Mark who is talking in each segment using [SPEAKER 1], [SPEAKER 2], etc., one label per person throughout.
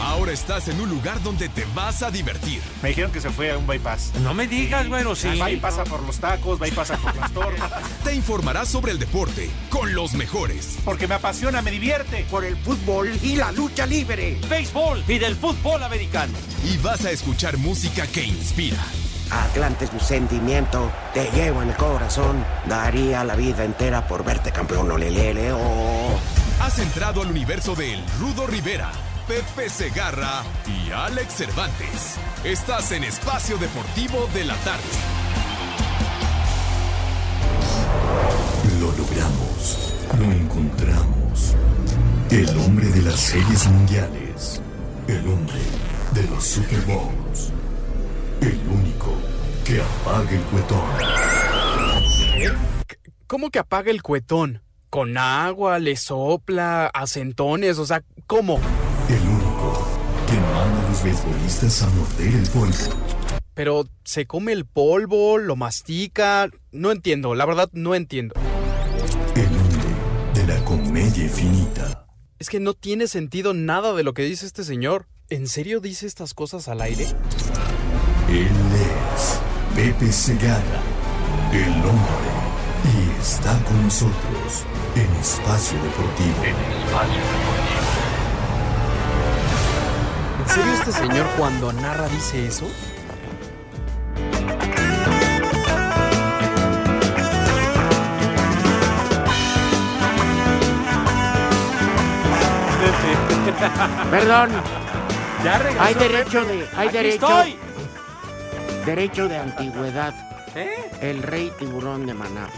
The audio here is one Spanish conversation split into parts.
[SPEAKER 1] Ahora estás en un lugar donde te vas a divertir.
[SPEAKER 2] Me dijeron que se fue a un bypass. Ah,
[SPEAKER 3] No me digas, bueno, sí.
[SPEAKER 2] Va y pasa por los tacos, va y pasa por las tortas.
[SPEAKER 1] Te informarás sobre el deporte con los mejores.
[SPEAKER 2] Porque me apasiona, me divierte.
[SPEAKER 4] por el fútbol y la lucha libre.
[SPEAKER 3] Béisbol y del fútbol americano.
[SPEAKER 1] Y vas a escuchar música que inspira.
[SPEAKER 4] Atlante es mi sentimiento, te llevo en el corazón. Daría la vida entera por verte campeón, olelele, oh.
[SPEAKER 1] Has entrado al universo de El Rudo Rivera, Pepe Segarra y Alex Cervantes. Estás en Espacio Deportivo de la Tarde.
[SPEAKER 5] Lo logramos. Lo encontramos. El hombre de las series mundiales. El hombre de los Super Bowls. El único que apaga el cuetón.
[SPEAKER 6] ¿Cómo que apaga el cuetón? Con agua, le sopla, acentones, o sea, ¿cómo?
[SPEAKER 5] El único que manda a los beisbolistas a morder el polvo.
[SPEAKER 6] Pero se come el polvo, lo mastica. No entiendo, la verdad no entiendo.
[SPEAKER 5] El hombre de la comedia infinita.
[SPEAKER 6] Es que no tiene sentido nada de lo que dice este señor. ¿En serio dice estas cosas al aire?
[SPEAKER 5] Él es Pepe Segarra, el hombre, y está con nosotros en Espacio Deportivo.
[SPEAKER 6] ¿En serio este señor cuando narra dice eso?
[SPEAKER 4] Perdón,
[SPEAKER 3] Ya regresó.
[SPEAKER 4] hay derecho de, hay
[SPEAKER 3] Aquí
[SPEAKER 4] derecho,
[SPEAKER 3] estoy.
[SPEAKER 4] derecho de antigüedad.
[SPEAKER 3] ¿Eh?
[SPEAKER 4] El rey tiburón de Maná.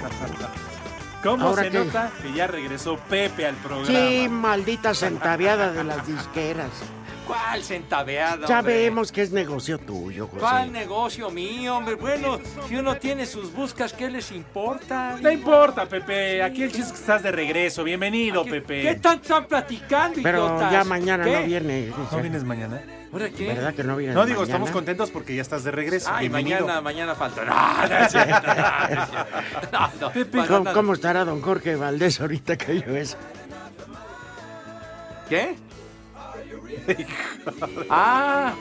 [SPEAKER 2] ¿Cómo
[SPEAKER 4] Ahora
[SPEAKER 2] se
[SPEAKER 4] qué?
[SPEAKER 2] nota que ya regresó Pepe al programa?
[SPEAKER 4] Sí, maldita centaviada de las disqueras.
[SPEAKER 3] ¿Cuál centaveada?
[SPEAKER 4] Ya
[SPEAKER 3] hombre?
[SPEAKER 4] vemos que es negocio tuyo, José.
[SPEAKER 3] ¿Cuál negocio mío, hombre? Bueno, si uno tiene sus buscas, ¿qué les importa?
[SPEAKER 2] No importa, Pepe. Aquí el chiste es que estás de regreso. Bienvenido,
[SPEAKER 3] ¿Qué,
[SPEAKER 2] Pepe.
[SPEAKER 3] ¿Qué tanto están platicando,
[SPEAKER 4] Pero
[SPEAKER 3] idiotas?
[SPEAKER 4] ya mañana
[SPEAKER 3] ¿Qué?
[SPEAKER 4] no viene. José.
[SPEAKER 2] ¿No vienes mañana?
[SPEAKER 3] ¿Ahora qué?
[SPEAKER 4] ¿Verdad que no viene?
[SPEAKER 2] No, digo, estamos contentos porque ya estás de regreso.
[SPEAKER 3] Ay,
[SPEAKER 2] Bienvenido.
[SPEAKER 3] mañana, mañana falta. No, no es cierto, no es cierto. No, no, para
[SPEAKER 4] ¿Cómo,
[SPEAKER 3] nada.
[SPEAKER 4] cómo estará don Jorge Valdés ahorita que yo eso?
[SPEAKER 3] ¿Qué? ah,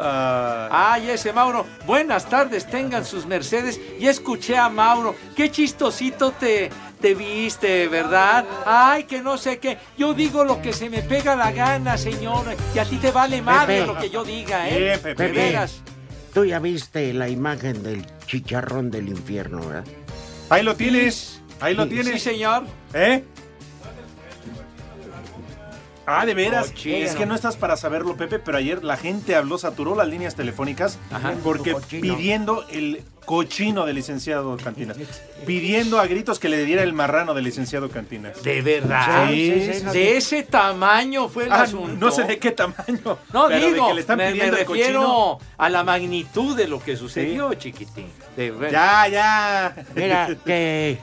[SPEAKER 2] Ah,
[SPEAKER 3] ay, ese Mauro. Buenas tardes, tengan sus mercedes. Y escuché a Mauro. Qué chistosito te, te viste, ¿verdad? Ay, que no sé qué. Yo digo lo que se me pega la gana, señor. Y a ti te vale madre
[SPEAKER 4] Pepe.
[SPEAKER 3] lo que yo diga, ¿eh?
[SPEAKER 2] Bien, Pepe.
[SPEAKER 3] De veras.
[SPEAKER 4] Tú ya viste la imagen del chicharrón del infierno, ¿verdad?
[SPEAKER 2] ahí lo tienes. Ahí lo
[SPEAKER 3] Sí,
[SPEAKER 2] tienes.
[SPEAKER 3] señor.
[SPEAKER 2] ¿Eh? Ah, de veras.
[SPEAKER 3] Cochino.
[SPEAKER 2] Es que no estás para saberlo, Pepe, pero ayer la gente habló, saturó las líneas telefónicas
[SPEAKER 3] Ajá.
[SPEAKER 2] porque
[SPEAKER 4] Tu cochino.
[SPEAKER 2] pidiendo el cochino del licenciado Cantinas, pidiendo a gritos que le diera el marrano del licenciado Cantinas.
[SPEAKER 3] De verdad.
[SPEAKER 2] Sí, sí, sí, no,
[SPEAKER 3] De ese tamaño fue el
[SPEAKER 2] Ah,
[SPEAKER 3] asunto.
[SPEAKER 2] no sé de qué tamaño.
[SPEAKER 3] No
[SPEAKER 2] pero de
[SPEAKER 3] digo,
[SPEAKER 2] que le están
[SPEAKER 3] me, me
[SPEAKER 2] pidiendo el cochino.
[SPEAKER 3] refiero a la magnitud de lo que sucedió, chiquitín. De ver-
[SPEAKER 2] Ya, ya.
[SPEAKER 4] Mira, que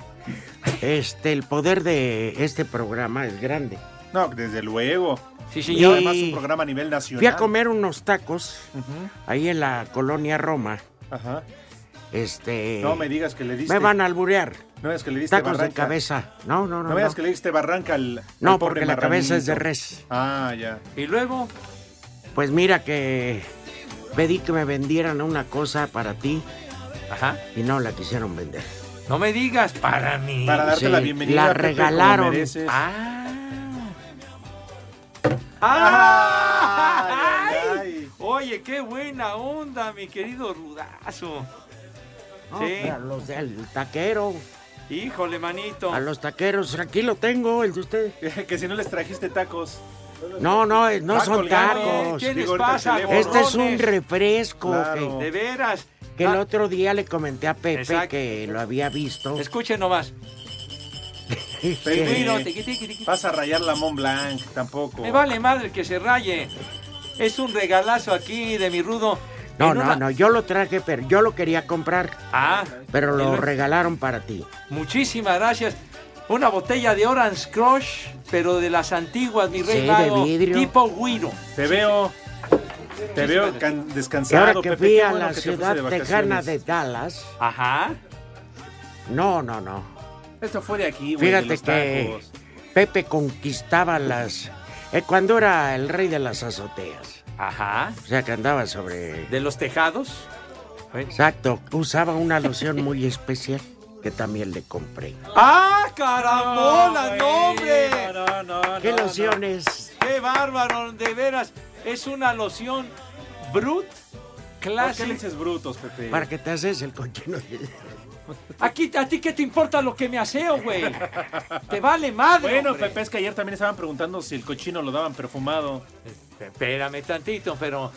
[SPEAKER 4] este, el poder de este programa es grande.
[SPEAKER 2] No, desde luego.
[SPEAKER 3] Sí,
[SPEAKER 2] Y
[SPEAKER 3] señor.
[SPEAKER 2] además un programa a nivel nacional.
[SPEAKER 4] Fui a comer unos tacos ahí en la colonia Roma.
[SPEAKER 2] Ajá.
[SPEAKER 4] Este,
[SPEAKER 2] No me digas que le diste.
[SPEAKER 4] me van a alburear.
[SPEAKER 2] No es que le diste
[SPEAKER 4] Tacos de
[SPEAKER 2] barranca.
[SPEAKER 4] cabeza. No, no, no.
[SPEAKER 2] No veas
[SPEAKER 4] no.
[SPEAKER 2] que le diste barranca al.
[SPEAKER 4] No,
[SPEAKER 2] al pobre
[SPEAKER 4] porque la cabeza es de
[SPEAKER 2] marranito.
[SPEAKER 4] res.
[SPEAKER 2] Ah, ya.
[SPEAKER 3] Y luego,
[SPEAKER 4] Pues mira que pedí que me vendieran una cosa para ti
[SPEAKER 3] ajá,
[SPEAKER 4] y no la quisieron vender.
[SPEAKER 3] no me digas para mí.
[SPEAKER 2] Para darte
[SPEAKER 4] Sí,
[SPEAKER 2] la bienvenida.
[SPEAKER 4] la
[SPEAKER 2] Pepe, como
[SPEAKER 4] regalaron.
[SPEAKER 2] mereces.
[SPEAKER 3] Ah.
[SPEAKER 2] Ah,
[SPEAKER 3] ¡Ay!
[SPEAKER 2] ay, ay.
[SPEAKER 3] Oye, qué buena onda, mi querido rudazo.
[SPEAKER 4] No,
[SPEAKER 3] Sí.
[SPEAKER 4] pero a los del taquero,
[SPEAKER 3] Híjole, manito.
[SPEAKER 4] a los taqueros, aquí lo tengo, el de usted.
[SPEAKER 2] que si no les trajiste tacos.
[SPEAKER 4] No, no, eh, no
[SPEAKER 2] Ah,
[SPEAKER 4] son
[SPEAKER 2] colgado.
[SPEAKER 4] tacos.
[SPEAKER 3] ¿Qué les
[SPEAKER 2] Digo, ahorita
[SPEAKER 3] pasa,
[SPEAKER 2] el teléfono.
[SPEAKER 4] Este es un
[SPEAKER 3] gorrones?
[SPEAKER 4] refresco
[SPEAKER 2] Claro.
[SPEAKER 4] que,
[SPEAKER 3] De veras.
[SPEAKER 4] que el
[SPEAKER 3] Ah,
[SPEAKER 4] otro día le comenté a Pepe
[SPEAKER 3] Exacto.
[SPEAKER 4] que lo había visto.
[SPEAKER 3] Escuchen nomás.
[SPEAKER 2] Pepe,
[SPEAKER 3] Miro, tiqui, tiqui, tiqui.
[SPEAKER 2] Vas a rayar la Mont Blanc, tampoco.
[SPEAKER 3] Me vale madre que se raye. Es un regalazo aquí de mi rudo.
[SPEAKER 4] No,
[SPEAKER 3] En
[SPEAKER 4] no,
[SPEAKER 3] una-
[SPEAKER 4] no, yo lo traje, pero yo lo quería comprar,
[SPEAKER 3] Ah,
[SPEAKER 4] pero
[SPEAKER 3] en
[SPEAKER 4] lo
[SPEAKER 3] una-
[SPEAKER 4] regalaron para ti.
[SPEAKER 3] Muchísimas gracias. Una botella de Orange Crush, pero de las antiguas, mi rey
[SPEAKER 4] Sí, de
[SPEAKER 3] mago,
[SPEAKER 4] vidrio.
[SPEAKER 3] Tipo Guiro.
[SPEAKER 2] Te veo. Te veo can-
[SPEAKER 4] Y ahora
[SPEAKER 2] descansado.
[SPEAKER 4] que
[SPEAKER 2] Pepe,
[SPEAKER 4] fui
[SPEAKER 2] qué
[SPEAKER 4] a
[SPEAKER 2] bueno
[SPEAKER 4] la
[SPEAKER 2] que te fuiste
[SPEAKER 4] ciudad tejana
[SPEAKER 2] vacaciones.
[SPEAKER 4] de Dallas,
[SPEAKER 3] Ajá.
[SPEAKER 4] no, no, no.
[SPEAKER 2] Esto fue de aquí, güey. de
[SPEAKER 4] Fíjate
[SPEAKER 2] los
[SPEAKER 4] que
[SPEAKER 2] tacos.
[SPEAKER 4] Pepe conquistaba las Eh, cuando era el rey de las azoteas.
[SPEAKER 3] Ajá.
[SPEAKER 4] O sea, que andaba sobre...
[SPEAKER 3] ¿De los tejados? Bueno.
[SPEAKER 4] Exacto, usaba una loción muy especial que también le compré.
[SPEAKER 3] ¡Ah, carambola, no, hombre!
[SPEAKER 2] No, no, no.
[SPEAKER 4] ¿Qué
[SPEAKER 2] no, no.
[SPEAKER 4] loción es?
[SPEAKER 3] ¡Qué bárbaro! De veras, es una loción brut,
[SPEAKER 2] ¿Por qué le
[SPEAKER 3] clásica.
[SPEAKER 2] dices brutos, Pepe?
[SPEAKER 4] Para que te haces el cochino. de-
[SPEAKER 3] Aquí, ¿A ti qué te importa lo que me aseo, güey? ¡Te vale madre!
[SPEAKER 2] Bueno,
[SPEAKER 3] hombre.
[SPEAKER 2] Pepe, es que ayer también estaban preguntando si el cochino lo daban perfumado.
[SPEAKER 3] Este, Espérame tantito, pero.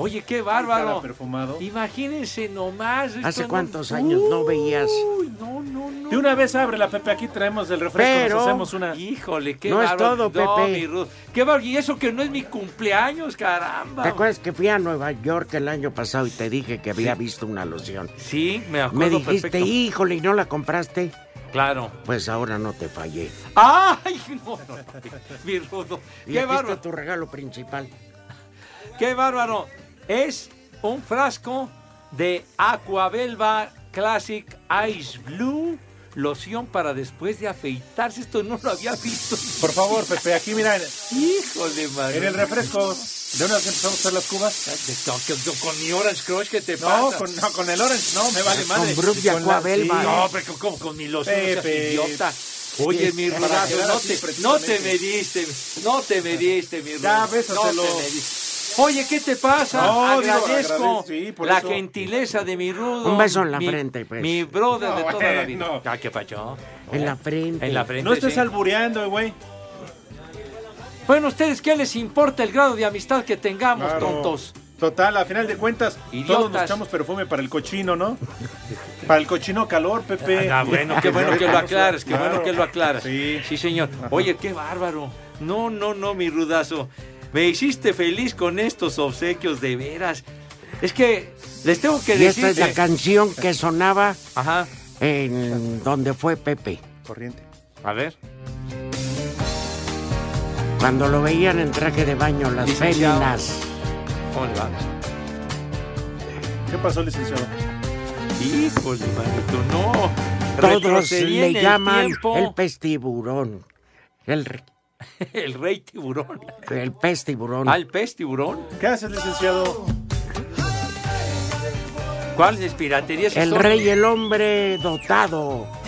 [SPEAKER 3] Oye, qué
[SPEAKER 2] Cara
[SPEAKER 3] bárbaro.
[SPEAKER 2] perfumado.
[SPEAKER 3] Imagínense nomás. esto
[SPEAKER 4] ¿Hace
[SPEAKER 3] no- Uh,
[SPEAKER 4] cuántos años no veías?
[SPEAKER 3] Uy, no, no, no.
[SPEAKER 2] De una vez abre la Pepe, aquí traemos el refresco,
[SPEAKER 4] Pero-
[SPEAKER 2] nos hacemos una.
[SPEAKER 3] Híjole, qué
[SPEAKER 4] No es
[SPEAKER 3] bárbaro.
[SPEAKER 4] todo,
[SPEAKER 3] No,
[SPEAKER 4] Pepe.
[SPEAKER 3] mi Ruth. Qué bárbaro. Y eso que no es mi cumpleaños, caramba.
[SPEAKER 4] ¿Te acuerdas que fui a Nueva York el año pasado y te dije que había visto una loción?
[SPEAKER 3] Sí, me acuerdo
[SPEAKER 4] Me dijiste,
[SPEAKER 3] perfecto.
[SPEAKER 4] híjole, ¿y no la compraste?
[SPEAKER 3] Claro.
[SPEAKER 4] Pues ahora no te fallé.
[SPEAKER 3] ¡Ay! No, no, mi Rudo.
[SPEAKER 4] Y
[SPEAKER 3] ¡Qué
[SPEAKER 4] aquí
[SPEAKER 3] bárbaro!
[SPEAKER 4] está tu regalo principal.
[SPEAKER 3] ¡Qué bárbaro! Es un frasco de Aquabelva Classic Ice Blue. Loción para después de afeitarse. Esto no lo había visto.
[SPEAKER 2] Por favor, Pepe, aquí mira, en,
[SPEAKER 3] Híjole, madre.
[SPEAKER 2] en el refresco. ¿De una vez que empezamos a hacer las cubas?
[SPEAKER 3] Con mi Orange Crush, ¿qué te
[SPEAKER 2] No,
[SPEAKER 3] pasa?
[SPEAKER 2] con, no, con el orange, no, me vale
[SPEAKER 4] Con
[SPEAKER 2] madre.
[SPEAKER 4] Brut y
[SPEAKER 2] Con la-
[SPEAKER 4] Aquabelva.
[SPEAKER 3] No, pero ¿cómo con mi loción? no seas
[SPEAKER 2] Pepe. Este,
[SPEAKER 3] idiota. Oye, mi
[SPEAKER 2] Para
[SPEAKER 3] rudazo,
[SPEAKER 2] quedar
[SPEAKER 3] no
[SPEAKER 2] así
[SPEAKER 3] te,
[SPEAKER 2] precisamente.
[SPEAKER 3] no te mediste, no te mediste, mi
[SPEAKER 2] Ya,
[SPEAKER 3] rudazo,
[SPEAKER 2] bésaselo.
[SPEAKER 3] No te mediste. Oye, ¿qué te pasa?
[SPEAKER 2] No, digo,
[SPEAKER 3] Agradezco
[SPEAKER 2] agradezco, sí, por
[SPEAKER 3] la
[SPEAKER 2] eso.
[SPEAKER 3] gentileza de mi rudo.
[SPEAKER 4] Un beso en la
[SPEAKER 3] mi-
[SPEAKER 4] frente, pues.
[SPEAKER 3] Mi brother
[SPEAKER 2] No,
[SPEAKER 3] de toda la vida.
[SPEAKER 2] bueno.
[SPEAKER 3] Ah, ¿qué pacho?
[SPEAKER 4] En la frente.
[SPEAKER 3] En la frente,
[SPEAKER 2] No estés
[SPEAKER 3] sí.
[SPEAKER 2] albureando, güey.
[SPEAKER 3] Bueno, ¿ustedes qué les importa el grado de amistad que tengamos,
[SPEAKER 2] Claro.
[SPEAKER 3] tontos?
[SPEAKER 2] Total, a final de cuentas, todos nos
[SPEAKER 3] Idiotas.
[SPEAKER 2] echamos perfume para el cochino, ¿no? Para el cochino calor, Pepe.
[SPEAKER 3] Ah, bueno, qué bueno que lo aclares, qué bueno
[SPEAKER 2] Claro.
[SPEAKER 3] que lo aclaras.
[SPEAKER 2] Sí.
[SPEAKER 3] señor. Oye, qué bárbaro. No, no, no, mi rudazo. Me hiciste feliz con estos obsequios, de veras. Es que les tengo que
[SPEAKER 4] Y esta
[SPEAKER 3] decir.
[SPEAKER 4] es la
[SPEAKER 3] que-
[SPEAKER 4] canción que sonaba
[SPEAKER 3] Ajá,
[SPEAKER 4] en donde fue Pepe.
[SPEAKER 2] Corriente.
[SPEAKER 3] a ver.
[SPEAKER 4] Cuando lo veían en traje de baño, las
[SPEAKER 3] Licenciado.
[SPEAKER 4] féminas.
[SPEAKER 3] ¿Cómo le va?
[SPEAKER 2] ¿Qué pasó, licenciado?
[SPEAKER 3] Híjole, manito, no.
[SPEAKER 4] Todos
[SPEAKER 3] Retrocedí en
[SPEAKER 4] le
[SPEAKER 3] el
[SPEAKER 4] llaman
[SPEAKER 3] tiempo.
[SPEAKER 4] el pez tiburón. El, r-
[SPEAKER 3] El rey tiburón.
[SPEAKER 4] el pez tiburón.
[SPEAKER 3] ¿Al pez tiburón?
[SPEAKER 2] ¿Qué haces, licenciado?
[SPEAKER 3] ¿Cuál es piratería?
[SPEAKER 4] el rey, el hombre dotado.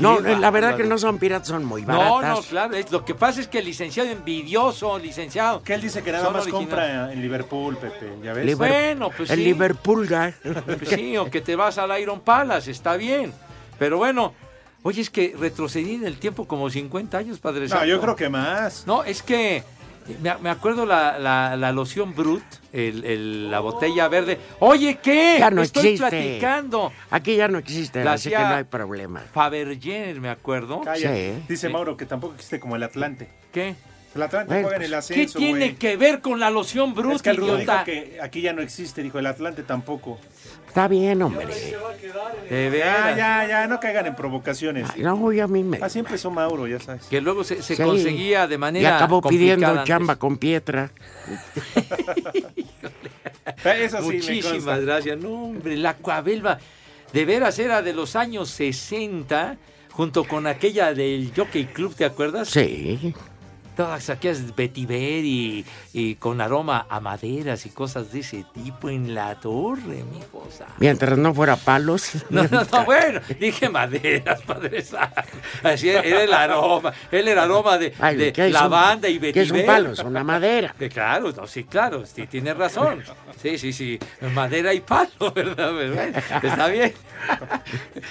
[SPEAKER 4] No, eh,
[SPEAKER 3] Qué
[SPEAKER 4] la verdad
[SPEAKER 3] bárbaro.
[SPEAKER 4] que no son piratas, son muy
[SPEAKER 3] No, no,
[SPEAKER 4] baratas.
[SPEAKER 3] claro. es- lo que pasa es que el licenciado envidioso, licenciado.
[SPEAKER 2] Que él dice que nada
[SPEAKER 3] Son
[SPEAKER 2] más
[SPEAKER 3] originales.
[SPEAKER 2] compra en Liverpool, Pepe. ¿Ya ves?
[SPEAKER 4] Liber-
[SPEAKER 3] Bueno, pues
[SPEAKER 4] el
[SPEAKER 3] sí.
[SPEAKER 4] Liverpool, ya.
[SPEAKER 3] Pues sí, o que te vas al Iron Palace, está bien. Pero bueno, oye, es que retrocedí en el tiempo como 50 años, Padre
[SPEAKER 2] no,
[SPEAKER 3] Santo.
[SPEAKER 2] yo creo que más.
[SPEAKER 3] No, es que me, me acuerdo la, la- la loción Brut, el- el- la botella verde. Oye, ¿qué?
[SPEAKER 4] Ya no
[SPEAKER 3] Estoy
[SPEAKER 4] existe.
[SPEAKER 3] platicando.
[SPEAKER 4] Aquí ya no existe,
[SPEAKER 3] La
[SPEAKER 4] así que
[SPEAKER 3] hacía-
[SPEAKER 4] no hay problema.
[SPEAKER 3] Fabergé, me acuerdo.
[SPEAKER 2] Calla.
[SPEAKER 4] Sí.
[SPEAKER 2] Dice
[SPEAKER 3] Sí.
[SPEAKER 2] Mauro que tampoco existe como el Atlante.
[SPEAKER 3] ¿Qué?
[SPEAKER 2] El Atlante
[SPEAKER 4] Bueno, pues,
[SPEAKER 2] juega en el
[SPEAKER 3] ¿Qué
[SPEAKER 2] ascenso,
[SPEAKER 3] tiene
[SPEAKER 2] güey.
[SPEAKER 3] que ver con la loción Brut,
[SPEAKER 2] Es que el Rudo dijo
[SPEAKER 3] idiota?
[SPEAKER 2] que aquí ya no existe, dijo el Atlante tampoco.
[SPEAKER 4] Está bien, hombre.
[SPEAKER 3] De
[SPEAKER 2] Ya,
[SPEAKER 3] veras.
[SPEAKER 2] Ah, ya, ya, no caigan en provocaciones.
[SPEAKER 4] Ay, No, ya a mí me.
[SPEAKER 2] Así empezó Mauro, ya sabes.
[SPEAKER 3] Que luego se, se
[SPEAKER 4] Sí.
[SPEAKER 3] conseguía de
[SPEAKER 4] Y
[SPEAKER 3] manera
[SPEAKER 4] acabó
[SPEAKER 3] complicada
[SPEAKER 4] pidiendo
[SPEAKER 3] antes.
[SPEAKER 4] chamba con piedra.
[SPEAKER 2] Eso sí, me consta.
[SPEAKER 3] Muchísimas gracias. No, hombre, la Coabelba de veras era de los años 60, junto con aquella del Jockey Club, ¿te acuerdas?
[SPEAKER 4] Sí.
[SPEAKER 3] Todas aquellas vetiver y, y con aroma a maderas y cosas de ese tipo en la torre, mi cosa.
[SPEAKER 4] Mientras no fuera palos.
[SPEAKER 3] No, no, no, bueno, dije maderas, padre santo. Así era, era el aroma, él era el aroma de,
[SPEAKER 4] Ay,
[SPEAKER 3] de
[SPEAKER 4] ¿qué es un-
[SPEAKER 3] lavanda y
[SPEAKER 4] ¿Qué es un
[SPEAKER 3] vetiver.
[SPEAKER 4] palo? Es una madera.
[SPEAKER 3] Eh, Claro, no, sí, claro, sí, tienes razón. Sí, sí, sí, madera y palo, ¿verdad? Pero bueno, Está bien.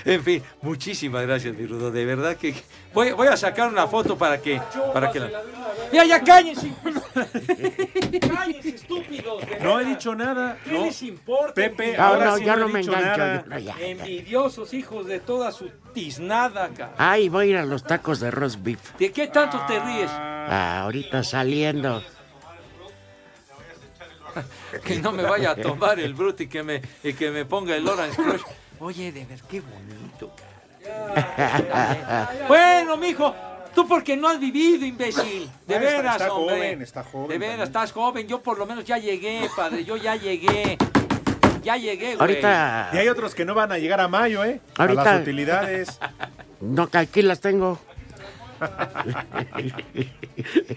[SPEAKER 3] En fin, muchísimas gracias, mi Rudo. De verdad que voy, voy a sacar una foto para que... Para que la... ¡Ya, ya, cállense! ¡Cállense, estúpidos! de
[SPEAKER 2] No he
[SPEAKER 3] veras!
[SPEAKER 2] dicho nada.
[SPEAKER 3] ¿Qué
[SPEAKER 2] No.
[SPEAKER 3] les importa?
[SPEAKER 2] Pepe,
[SPEAKER 3] envidiosos?
[SPEAKER 4] No,
[SPEAKER 2] Ahora
[SPEAKER 4] no,
[SPEAKER 2] sí
[SPEAKER 4] yo
[SPEAKER 2] no
[SPEAKER 4] no
[SPEAKER 2] he
[SPEAKER 4] me
[SPEAKER 2] dicho
[SPEAKER 4] engancho.
[SPEAKER 2] nada.
[SPEAKER 4] yo- no, ya, ya.
[SPEAKER 3] Envidiosos hijos de toda su tiznada, cara.
[SPEAKER 4] Ay, voy a ir a los tacos de roast beef.
[SPEAKER 3] ¿De qué tanto te ríes?
[SPEAKER 4] Ah, ahorita saliendo.
[SPEAKER 3] Que no me vaya a tomar el brut y que me, y que me ponga el Orange Crush. Oye, de ver, qué bonito, cara. Bueno, mijo, tú porque no has vivido, imbécil. De
[SPEAKER 2] Ah, está-
[SPEAKER 3] veras,
[SPEAKER 2] está
[SPEAKER 3] hombre.
[SPEAKER 2] joven, está joven
[SPEAKER 3] De veras,
[SPEAKER 2] también.
[SPEAKER 3] estás joven. Yo por lo menos ya llegué, padre. Yo ya llegué. Ya llegué, güey.
[SPEAKER 4] Ahorita
[SPEAKER 2] Y hay otros que no van a llegar a mayo, ¿eh? A
[SPEAKER 4] Ahorita.
[SPEAKER 2] las utilidades.
[SPEAKER 4] no, aquí las tengo.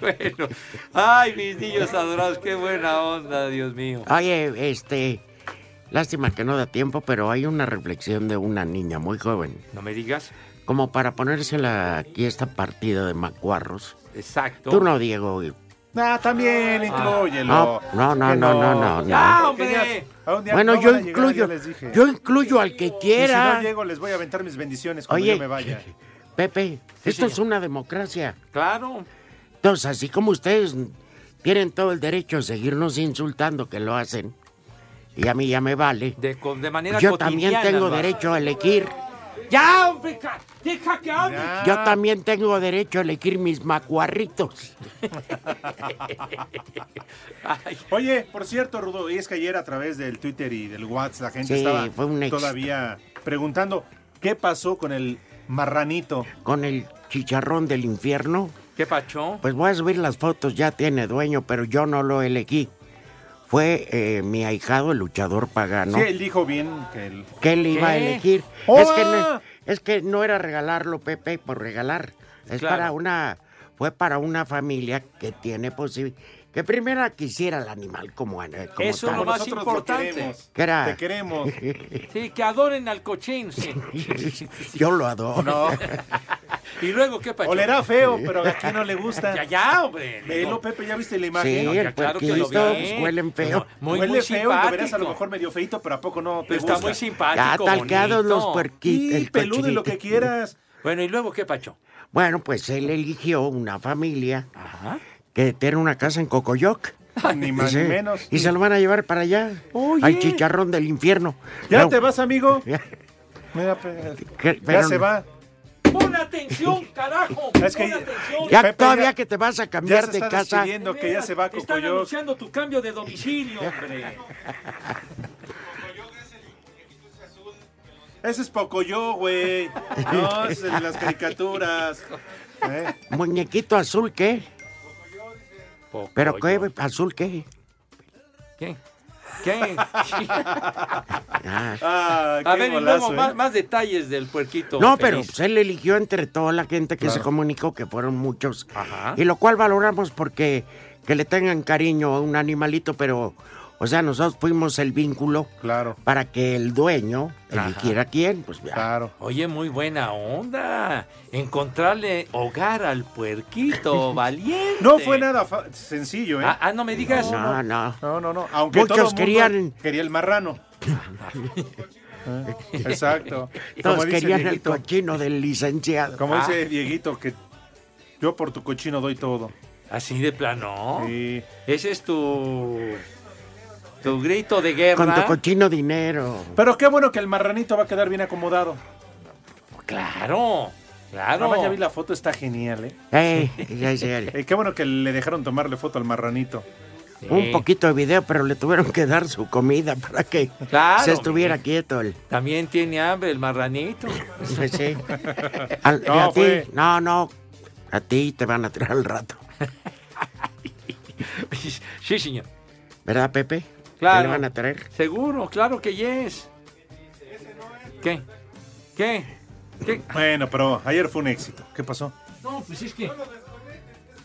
[SPEAKER 3] Bueno, ay, mis niños adorados, qué buena onda, Dios mío.
[SPEAKER 4] Oye, este, lástima que no da tiempo, pero hay una reflexión de una niña muy joven.
[SPEAKER 3] No me digas.
[SPEAKER 4] Como para ponérsela aquí esta partida de macuarros.
[SPEAKER 3] Exacto.
[SPEAKER 4] Tú no, Diego.
[SPEAKER 2] Ah, también,
[SPEAKER 4] No,
[SPEAKER 2] inclúyelo.
[SPEAKER 4] no, no,
[SPEAKER 2] Que
[SPEAKER 4] no, no, no, no.
[SPEAKER 3] Ah,
[SPEAKER 2] Que
[SPEAKER 3] hombre.
[SPEAKER 2] ya- a un día
[SPEAKER 4] Bueno,
[SPEAKER 2] no
[SPEAKER 4] yo
[SPEAKER 2] van a llegar,
[SPEAKER 4] incluyo,
[SPEAKER 2] ya les dije.
[SPEAKER 4] yo incluyo al que
[SPEAKER 2] Y si
[SPEAKER 4] quiera.
[SPEAKER 2] no llego, les voy a aventar mis bendiciones cuando
[SPEAKER 4] Oye,
[SPEAKER 2] yo me vaya.
[SPEAKER 4] Pepe, esto
[SPEAKER 3] señor.
[SPEAKER 4] es una democracia.
[SPEAKER 3] Claro.
[SPEAKER 4] Entonces, así como ustedes tienen todo el derecho a seguirnos insultando, que lo hacen, y a mí ya me vale,
[SPEAKER 3] De, con- de manera
[SPEAKER 4] Pues yo
[SPEAKER 3] cotidiana,
[SPEAKER 4] también tengo
[SPEAKER 3] hermano.
[SPEAKER 4] derecho a elegir.
[SPEAKER 3] Ya, hombre, ca- deja que hable.
[SPEAKER 4] Yo también tengo derecho a elegir mis macuarritos.
[SPEAKER 3] Ay,
[SPEAKER 2] Oye, por cierto, Rudo, y es que ayer a través del Twitter y del WhatsApp la gente
[SPEAKER 4] Sí,
[SPEAKER 2] estaba
[SPEAKER 4] fue un éxito.
[SPEAKER 2] todavía preguntando qué pasó con el marranito.
[SPEAKER 4] Con el chicharrón del infierno,
[SPEAKER 3] ¿Qué pachón?
[SPEAKER 4] pues voy a subir las fotos, ya tiene dueño, pero yo no lo elegí. Fue eh, mi ahijado, el luchador pagano.
[SPEAKER 2] Sí, él dijo bien que el...
[SPEAKER 4] ¿Qué le iba a
[SPEAKER 3] ¿Qué?
[SPEAKER 4] elegir?
[SPEAKER 2] ¡Oh!
[SPEAKER 4] Es, que no, es que no era regalarlo, Pepe, por regalar. Es
[SPEAKER 3] Claro.
[SPEAKER 4] para una, fue para una familia que tiene posibilidad. Que primero quisiera el animal como, an- como
[SPEAKER 3] Eso
[SPEAKER 4] tal.
[SPEAKER 3] Lo más
[SPEAKER 2] Nosotros
[SPEAKER 3] importante.
[SPEAKER 2] Lo queremos.
[SPEAKER 4] ¿Qué era?
[SPEAKER 2] Te queremos.
[SPEAKER 3] Sí, que adoren al cochín, sí.
[SPEAKER 4] Yo lo adoro.
[SPEAKER 2] No,
[SPEAKER 3] Y luego, ¿qué pachón?
[SPEAKER 2] olerá feo, pero a quién no le gusta.
[SPEAKER 3] Ya, ya, hombre.
[SPEAKER 2] Velo, Pepe, ¿ya viste la
[SPEAKER 4] sí,
[SPEAKER 2] imagen?
[SPEAKER 3] no, ya
[SPEAKER 4] el
[SPEAKER 3] claro que lo
[SPEAKER 4] puerquito,
[SPEAKER 3] vi.
[SPEAKER 4] pues, huelen feo.
[SPEAKER 3] Muy,
[SPEAKER 2] Huele
[SPEAKER 3] muy
[SPEAKER 2] feo y lo verás a
[SPEAKER 3] simpático.
[SPEAKER 2] lo mejor medio feito, pero ¿a poco no te
[SPEAKER 3] Pero está
[SPEAKER 2] gusta?
[SPEAKER 3] muy simpático.
[SPEAKER 4] ya talcados
[SPEAKER 3] bonito.
[SPEAKER 4] los puerquitos.
[SPEAKER 2] Y
[SPEAKER 4] el
[SPEAKER 2] peludo y lo que
[SPEAKER 4] cochinito.
[SPEAKER 2] quieras.
[SPEAKER 3] Bueno, ¿y luego qué pachón?
[SPEAKER 4] Bueno, pues él eligió una familia
[SPEAKER 3] Ajá.
[SPEAKER 4] que tiene una casa en Cocoyoc.
[SPEAKER 2] Ni más ni
[SPEAKER 4] Sí,
[SPEAKER 2] menos.
[SPEAKER 4] Y se lo van a llevar para allá.
[SPEAKER 3] Oye.
[SPEAKER 4] Al chicharrón del infierno.
[SPEAKER 2] ¿Ya
[SPEAKER 4] No,
[SPEAKER 2] te vas, amigo?
[SPEAKER 4] ya-
[SPEAKER 2] Mira, pe-
[SPEAKER 4] que-
[SPEAKER 2] ya
[SPEAKER 4] pero
[SPEAKER 2] se
[SPEAKER 4] no.
[SPEAKER 2] va.
[SPEAKER 3] ¡Pon atención, carajo!
[SPEAKER 2] Es que-
[SPEAKER 3] ¡Pon atención!
[SPEAKER 4] Ya
[SPEAKER 2] Pepe,
[SPEAKER 4] todavía
[SPEAKER 2] ya-
[SPEAKER 4] que te vas a
[SPEAKER 2] Ya
[SPEAKER 4] cambiar
[SPEAKER 2] se
[SPEAKER 4] de
[SPEAKER 2] está
[SPEAKER 4] casa.
[SPEAKER 2] despidiendo que ya se va
[SPEAKER 3] Te Están
[SPEAKER 2] Cocoyoc.
[SPEAKER 3] anunciando tu cambio de domicilio, hombre.
[SPEAKER 2] Ese es Pocoyo, güey. No, ese es el de las caricaturas. ¿Eh?
[SPEAKER 4] Muñequito azul, ¿qué? ¿Pero qué?
[SPEAKER 3] Cocoyoc.
[SPEAKER 4] ¿Azul qué?
[SPEAKER 3] ¿Qué? ¿Qué?
[SPEAKER 4] Ah.
[SPEAKER 2] Ah, qué
[SPEAKER 3] A ver, y luego
[SPEAKER 2] golazo, ¿eh?
[SPEAKER 3] más, más detalles del puerquito.
[SPEAKER 4] No, pero
[SPEAKER 3] feliz.
[SPEAKER 4] pues, él eligió entre toda la gente que se comunicó, que fueron muchos.
[SPEAKER 3] Ajá.
[SPEAKER 4] Y lo cual valoramos porque que le tengan cariño a un animalito, pero, o sea, nosotros fuimos el vínculo
[SPEAKER 2] Claro,
[SPEAKER 4] para que el dueño eligiera quién. Pues ya.
[SPEAKER 2] claro.
[SPEAKER 3] Oye, muy buena onda. Encontrarle hogar al puerquito, valiente.
[SPEAKER 2] No fue nada fa- sencillo, ¿eh?
[SPEAKER 3] Este, Ah, ah, no me digas.
[SPEAKER 4] No, no.
[SPEAKER 2] No, no, no. Aunque
[SPEAKER 4] Muchos
[SPEAKER 2] todo el mundo
[SPEAKER 4] querían-
[SPEAKER 2] Quería el marrano. ¿Eh? Exacto. Como
[SPEAKER 4] Todos
[SPEAKER 2] dice
[SPEAKER 4] querían el
[SPEAKER 2] Dieguito,
[SPEAKER 4] cochino del licenciado.
[SPEAKER 2] como
[SPEAKER 3] Ah.
[SPEAKER 2] dice Dieguito, que yo por tu cochino doy todo.
[SPEAKER 3] Así de plano.
[SPEAKER 2] Sí.
[SPEAKER 3] Ese es tu. Tu grito de guerra.
[SPEAKER 4] Con tu cochino dinero.
[SPEAKER 2] Pero qué bueno que el marranito va a quedar bien acomodado.
[SPEAKER 3] Ah, Claro, claro.
[SPEAKER 2] Ahora ya vi la foto, está genial, ¿eh?
[SPEAKER 4] Eh, sí, sí.
[SPEAKER 2] Eh, Qué bueno que le dejaron tomarle foto al marranito.
[SPEAKER 3] Sí.
[SPEAKER 4] Un poquito de video, pero le tuvieron que dar su comida para que
[SPEAKER 3] Claro,
[SPEAKER 4] se estuviera quieto. El,
[SPEAKER 3] También tiene hambre el marranito.
[SPEAKER 4] pues sí. Al-
[SPEAKER 2] No,
[SPEAKER 4] a ti,
[SPEAKER 2] fue-
[SPEAKER 4] no, no. A ti te van a tirar al rato.
[SPEAKER 3] sí, señor.
[SPEAKER 4] ¿Verdad, Pepe?
[SPEAKER 3] Claro.
[SPEAKER 4] Te van a traer.
[SPEAKER 3] Seguro, claro que yes. ¿Qué? ¿Qué? ¿Qué?
[SPEAKER 2] Bueno, pero ayer fue un éxito. ¿Qué pasó?
[SPEAKER 3] No, pues es que.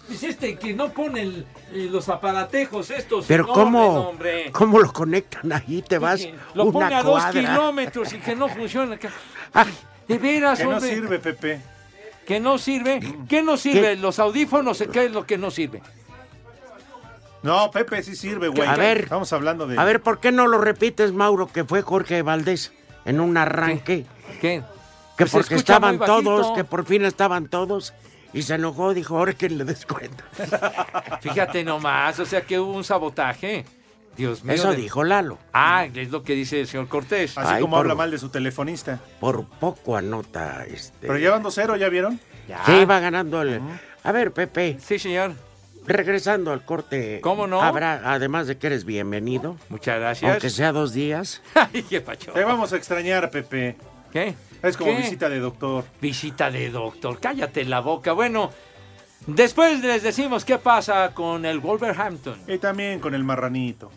[SPEAKER 3] Pues este que no pone el- eh, los aparatejos estos.
[SPEAKER 4] Pero
[SPEAKER 3] enormes,
[SPEAKER 4] ¿cómo,
[SPEAKER 3] hombre.
[SPEAKER 4] ¿cómo lo conectan ahí? Te vas
[SPEAKER 3] Que Lo pone
[SPEAKER 4] una
[SPEAKER 3] a dos
[SPEAKER 4] cuadra.
[SPEAKER 3] kilómetros y que no funciona. que- De veras,
[SPEAKER 2] Que no
[SPEAKER 3] hombre.
[SPEAKER 2] sirve, Pepe.
[SPEAKER 3] Que no sirve. ¿Qué no sirve? ¿Los audífonos? ¿Qué es lo que no sirve?
[SPEAKER 2] No, Pepe sí sirve, güey.
[SPEAKER 4] A ver.
[SPEAKER 2] Estamos hablando de.
[SPEAKER 4] A ver, ¿por qué no lo repites, Mauro, que fue Jorge Valdés en un arranque?
[SPEAKER 3] ¿Qué?
[SPEAKER 4] Que
[SPEAKER 3] Pues se
[SPEAKER 4] porque
[SPEAKER 3] escucha muy
[SPEAKER 4] estaban todos,
[SPEAKER 3] bajito.
[SPEAKER 4] que por fin estaban todos. Y se enojó, dijo, ahora que le descuento.
[SPEAKER 3] Fíjate nomás, o sea que hubo un sabotaje. Dios mío.
[SPEAKER 4] Eso
[SPEAKER 3] de-
[SPEAKER 4] dijo Lalo.
[SPEAKER 3] Ah, es lo que dice el señor Cortés.
[SPEAKER 2] Así
[SPEAKER 4] Ay,
[SPEAKER 2] como
[SPEAKER 4] por-
[SPEAKER 2] habla mal de su telefonista.
[SPEAKER 4] Por poco anota este.
[SPEAKER 2] Pero llevan 2-0, ¿ya vieron?
[SPEAKER 3] Ya.
[SPEAKER 4] Sí, va ganando el. A ver, Pepe,
[SPEAKER 3] Sí, señor.
[SPEAKER 4] regresando al corte.
[SPEAKER 3] ¿Cómo no?
[SPEAKER 4] Habrá, además de que eres bienvenido,
[SPEAKER 3] Muchas
[SPEAKER 4] aunque
[SPEAKER 3] gracias.
[SPEAKER 4] sea dos días.
[SPEAKER 3] Ay, qué pacho.
[SPEAKER 2] Te vamos a extrañar, Pepe.
[SPEAKER 3] ¿Qué?
[SPEAKER 2] Eh, Es como
[SPEAKER 3] ¿Qué?
[SPEAKER 2] visita de doctor.
[SPEAKER 3] Visita de doctor. Cállate la boca. Bueno, después les decimos qué pasa con el Wolverhampton.
[SPEAKER 2] Y también con el marranito.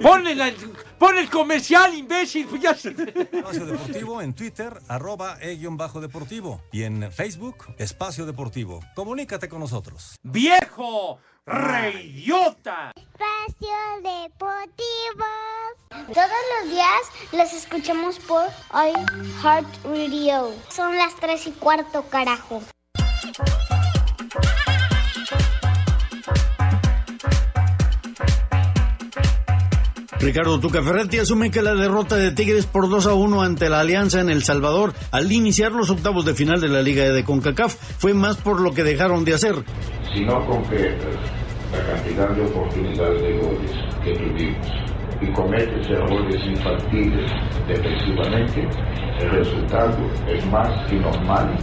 [SPEAKER 3] Ponle, la- pon el comercial, imbécil. pues ya se-
[SPEAKER 7] Espacio Deportivo en Twitter, arroba e e-deportivo. Y en Facebook, Espacio Deportivo. Comunícate con nosotros.
[SPEAKER 3] ¡Viejo! ¡Reyota!
[SPEAKER 8] Espacio Deportivo. Todos los días los escuchamos por Heart Radio. Son las 3 y cuarto, carajo.
[SPEAKER 9] Ricardo Tucaferretti asume que la derrota de Tigres por 2 a 1 ante la Alianza en El Salvador al iniciar los octavos de final de la Liga de CONCACAF fue más por lo que dejaron de hacer.
[SPEAKER 10] si no concretas eh, la cantidad de oportunidades de goles que tuvimos y cometes errores infantiles defensivamente, el resultado es más que normal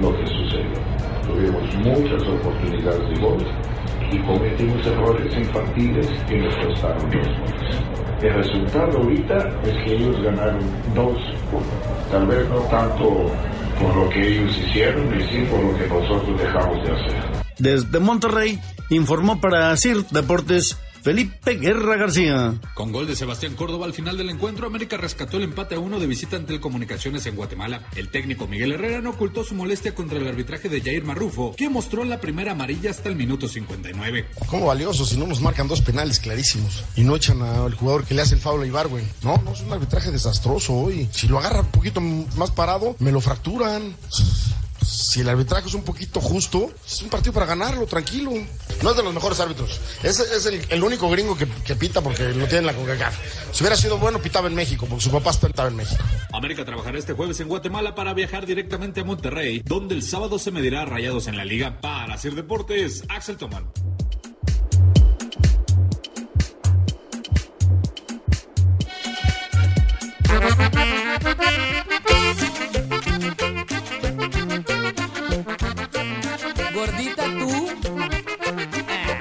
[SPEAKER 10] lo que sucedió. Tuvimos muchas oportunidades de goles y cometimos errores infantiles que nos costaron dos goles. El resultado ahorita es que ellos ganaron 2-1. Tal vez no tanto por lo que ellos hicieron, ni sí por lo que nosotros dejamos de hacer.
[SPEAKER 9] Desde Monterrey informó para CIR Deportes Felipe Guerra García.
[SPEAKER 11] Con gol de Sebastián Córdoba al final del encuentro, América rescató el empate a uno de visita ante el Comunicaciones en Guatemala. El técnico Miguel Herrera no ocultó su molestia contra el arbitraje de Jair Marrufo, que mostró la primera amarilla hasta el minuto 59.
[SPEAKER 12] ¿Cómo valioso si no nos marcan dos penales clarísimos y no echan al jugador que le hace el foul a Ibarwen? No, no, es un arbitraje desastroso hoy. Si lo agarra un poquito m- más parado, me lo fracturan. Si el arbitraje es un poquito justo, es un partido para ganarlo, tranquilo. No es de los mejores árbitros. Ese es el, el único gringo que, que pita porque lo tiene en la CONCACAF. Si hubiera sido bueno, pitaba en México, porque su papá pitaba en México.
[SPEAKER 11] América trabajará este jueves en Guatemala para viajar directamente a Monterrey, donde el sábado se medirá a Rayados en la liga. Para hacer deportes, Axel Tomán.
[SPEAKER 13] Gordita tú. Ah,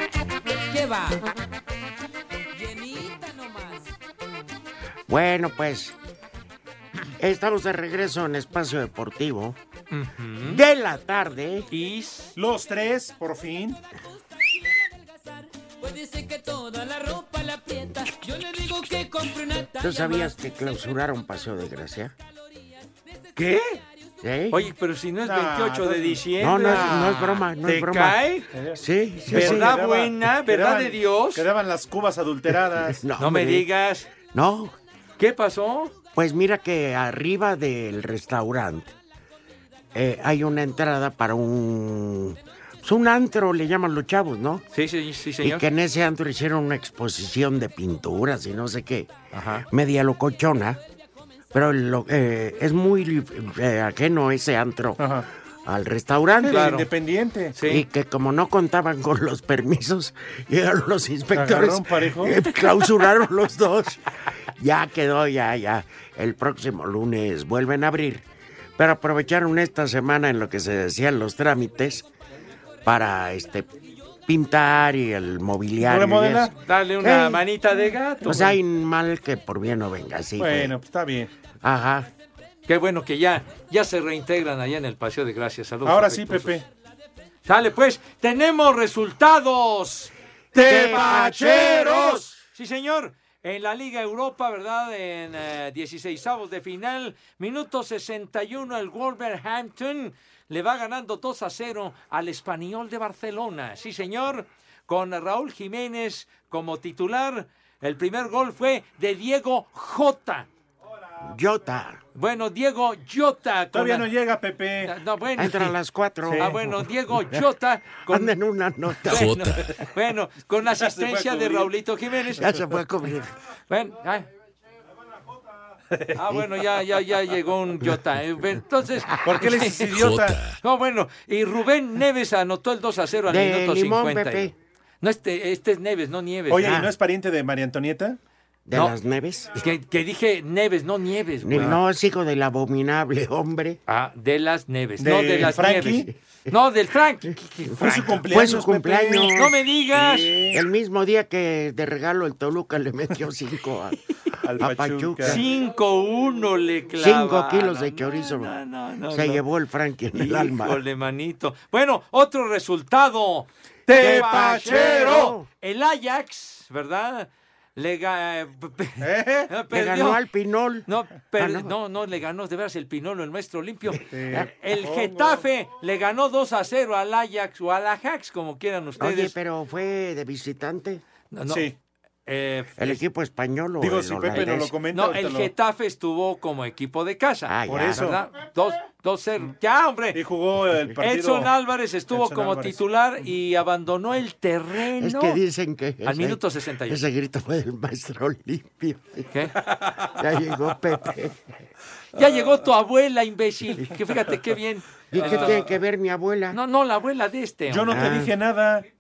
[SPEAKER 13] ¿Qué va? Llenita nomás.
[SPEAKER 4] Bueno, pues estamos de regreso en Espacio Deportivo de la tarde.
[SPEAKER 2] Los tres, por fin.
[SPEAKER 13] Pues dice que toda la ropa la aprieta. Yo le digo que compre una talla
[SPEAKER 4] ¿Tú sabías
[SPEAKER 13] más.
[SPEAKER 4] que clausuraron Paseo de Gracia?
[SPEAKER 3] ¿Qué?
[SPEAKER 4] ¿Sí?
[SPEAKER 3] Oye, pero si no es 28 de diciembre.
[SPEAKER 4] No, no es, no es broma, no
[SPEAKER 3] ¿Te
[SPEAKER 4] es broma. Eh,
[SPEAKER 3] cae?
[SPEAKER 4] Sí, sí,
[SPEAKER 3] ¿Verdad
[SPEAKER 4] sí.
[SPEAKER 3] buena? ¿Verdad de Dios?
[SPEAKER 2] Quedaban las cubas adulteradas.
[SPEAKER 4] No,
[SPEAKER 3] No me
[SPEAKER 4] hombre.
[SPEAKER 3] digas.
[SPEAKER 4] No,
[SPEAKER 3] ¿Qué pasó?
[SPEAKER 4] pues mira que arriba del restaurante eh, hay una entrada para un... Es un antro, le llaman los chavos, ¿no?
[SPEAKER 3] Sí, sí, sí,
[SPEAKER 4] Y
[SPEAKER 3] señor.
[SPEAKER 4] que en ese antro hicieron una exposición de pinturas y no sé qué.
[SPEAKER 3] Ajá.
[SPEAKER 4] media locochona, pero lo- eh, es muy eh, ajeno ese antro
[SPEAKER 2] Ajá.
[SPEAKER 4] al restaurante.
[SPEAKER 2] Era Independiente.
[SPEAKER 3] Sí.
[SPEAKER 4] Y que como no contaban con los permisos, llegaron los inspectores,
[SPEAKER 2] ¿Agarraron parejo?
[SPEAKER 4] eh, clausuraron los dos. Ya quedó, ya, ya. El próximo lunes vuelven a abrir. Pero aprovecharon esta semana en lo que se decían los trámites para este pintar y el mobiliario. y
[SPEAKER 2] ¿Remodelar?
[SPEAKER 4] eso.
[SPEAKER 3] Dale una
[SPEAKER 4] Ey.
[SPEAKER 3] manita de gato.
[SPEAKER 4] Pues
[SPEAKER 3] güey.
[SPEAKER 4] hay mal que por bien no venga, sí. fue.
[SPEAKER 2] Bueno, pues está bien.
[SPEAKER 4] Ajá.
[SPEAKER 3] Qué bueno que ya, ya se reintegran allá en el Paseo de Gracias. Saludos.
[SPEAKER 2] Ahora sí,
[SPEAKER 3] afectuosos.
[SPEAKER 2] Pepe.
[SPEAKER 3] Sale pues, tenemos resultados.
[SPEAKER 4] ¡Tepacheros!
[SPEAKER 3] Sí, señor. En la Liga Europa, ¿verdad? En eh, 16 avos de final, minuto 61, el Wolverhampton le va ganando 2 a 0 al Español de Barcelona. Sí, señor. Con Raúl Jiménez como titular. El primer gol fue de Diego Jota.
[SPEAKER 4] Jota.
[SPEAKER 3] Bueno, Diego Jota. con
[SPEAKER 2] Todavía no
[SPEAKER 3] la-
[SPEAKER 2] llega, Pepe.
[SPEAKER 3] No, bueno.
[SPEAKER 4] Entra a las cuatro.
[SPEAKER 3] Ah, bueno, Diego Jota.
[SPEAKER 4] Anda en una nota.
[SPEAKER 3] Bueno, bueno, con la
[SPEAKER 2] se fue a
[SPEAKER 3] asistencia de
[SPEAKER 2] cubrir.
[SPEAKER 3] Raulito Jiménez.
[SPEAKER 4] Ya se fue a cubrir.
[SPEAKER 3] Bueno, ah. Ah, bueno, ya, ya, ya llegó un Jota. eh. Entonces.
[SPEAKER 2] ¿Por qué le dices idiota?
[SPEAKER 3] No, bueno, y Rubén Neves anotó el 2 a 0 al
[SPEAKER 4] De
[SPEAKER 3] minuto
[SPEAKER 4] limón,
[SPEAKER 3] 50.
[SPEAKER 4] Pepe.
[SPEAKER 3] No, este, este es Neves, no Nieves.
[SPEAKER 2] Oye,
[SPEAKER 3] Ah,
[SPEAKER 2] ¿y no es pariente de María Antonieta?
[SPEAKER 4] ¿De
[SPEAKER 3] No.
[SPEAKER 4] las neves?
[SPEAKER 3] que, que dije Neves, no Nieves,
[SPEAKER 4] Ni-
[SPEAKER 3] güey.
[SPEAKER 4] No es hijo del abominable hombre.
[SPEAKER 3] Ah, de las Neves,
[SPEAKER 2] ¿De
[SPEAKER 3] no de las
[SPEAKER 2] Frankie?
[SPEAKER 3] Nieves. No, del Frankie.
[SPEAKER 2] Fue su
[SPEAKER 4] Fue
[SPEAKER 2] cumpleaños.
[SPEAKER 4] su
[SPEAKER 2] Pepe.
[SPEAKER 4] cumpleaños.
[SPEAKER 3] No me digas.
[SPEAKER 4] El mismo día que de regalo el Toluca le metió cinco a,
[SPEAKER 2] Al
[SPEAKER 4] a
[SPEAKER 2] Pachuca.
[SPEAKER 4] Pachuca.
[SPEAKER 3] 5-1 le clavaron.
[SPEAKER 4] Cinco kilos de chorizo.
[SPEAKER 3] No, no, no,
[SPEAKER 4] se
[SPEAKER 3] no.
[SPEAKER 4] llevó el Frankie en el alma.
[SPEAKER 3] Híjole, manito. Bueno, otro resultado.
[SPEAKER 2] ¡Tepachero!
[SPEAKER 3] El Ajax, ¿verdad? Le, ga- eh, p- p- perdió.
[SPEAKER 4] Le ganó al Pinol.
[SPEAKER 3] No, per-
[SPEAKER 4] Ah, no.
[SPEAKER 3] no.
[SPEAKER 4] Este,
[SPEAKER 3] no, le ganó de veras el Pinolo, el maestro limpio. El
[SPEAKER 4] ¿Cómo?
[SPEAKER 3] Getafe le ganó 2 a 0 al Ajax o al Ajax, como quieran
[SPEAKER 4] Oye,
[SPEAKER 3] ustedes.
[SPEAKER 4] pero fue de visitante.
[SPEAKER 3] no. Sí.
[SPEAKER 4] el equipo español o el holandés.
[SPEAKER 3] No, el Getafe estuvo como equipo de casa.
[SPEAKER 4] Ah, Por ya. eso. Mm.
[SPEAKER 3] ¿verdad? Dos, dos cero. Ya, hombre. Y
[SPEAKER 2] jugó el partido-
[SPEAKER 3] Edson Álvarez estuvo
[SPEAKER 2] Edson
[SPEAKER 3] como
[SPEAKER 2] Álvarez.
[SPEAKER 3] titular y abandonó el terreno.
[SPEAKER 4] Es que dicen que.
[SPEAKER 3] Al
[SPEAKER 4] ese-
[SPEAKER 3] minuto 61.
[SPEAKER 4] Ese grito fue del maestro limpio.
[SPEAKER 3] ¿Qué?
[SPEAKER 4] Ya llegó Pepe.
[SPEAKER 3] Ya llegó tu abuela, imbécil. Que fíjate qué bien.
[SPEAKER 4] ¿Y qué
[SPEAKER 3] Ah.
[SPEAKER 4] tiene que ver mi abuela?
[SPEAKER 3] No, no, la abuela de este.
[SPEAKER 4] Yo no te
[SPEAKER 3] hombre.
[SPEAKER 4] dije
[SPEAKER 2] nada.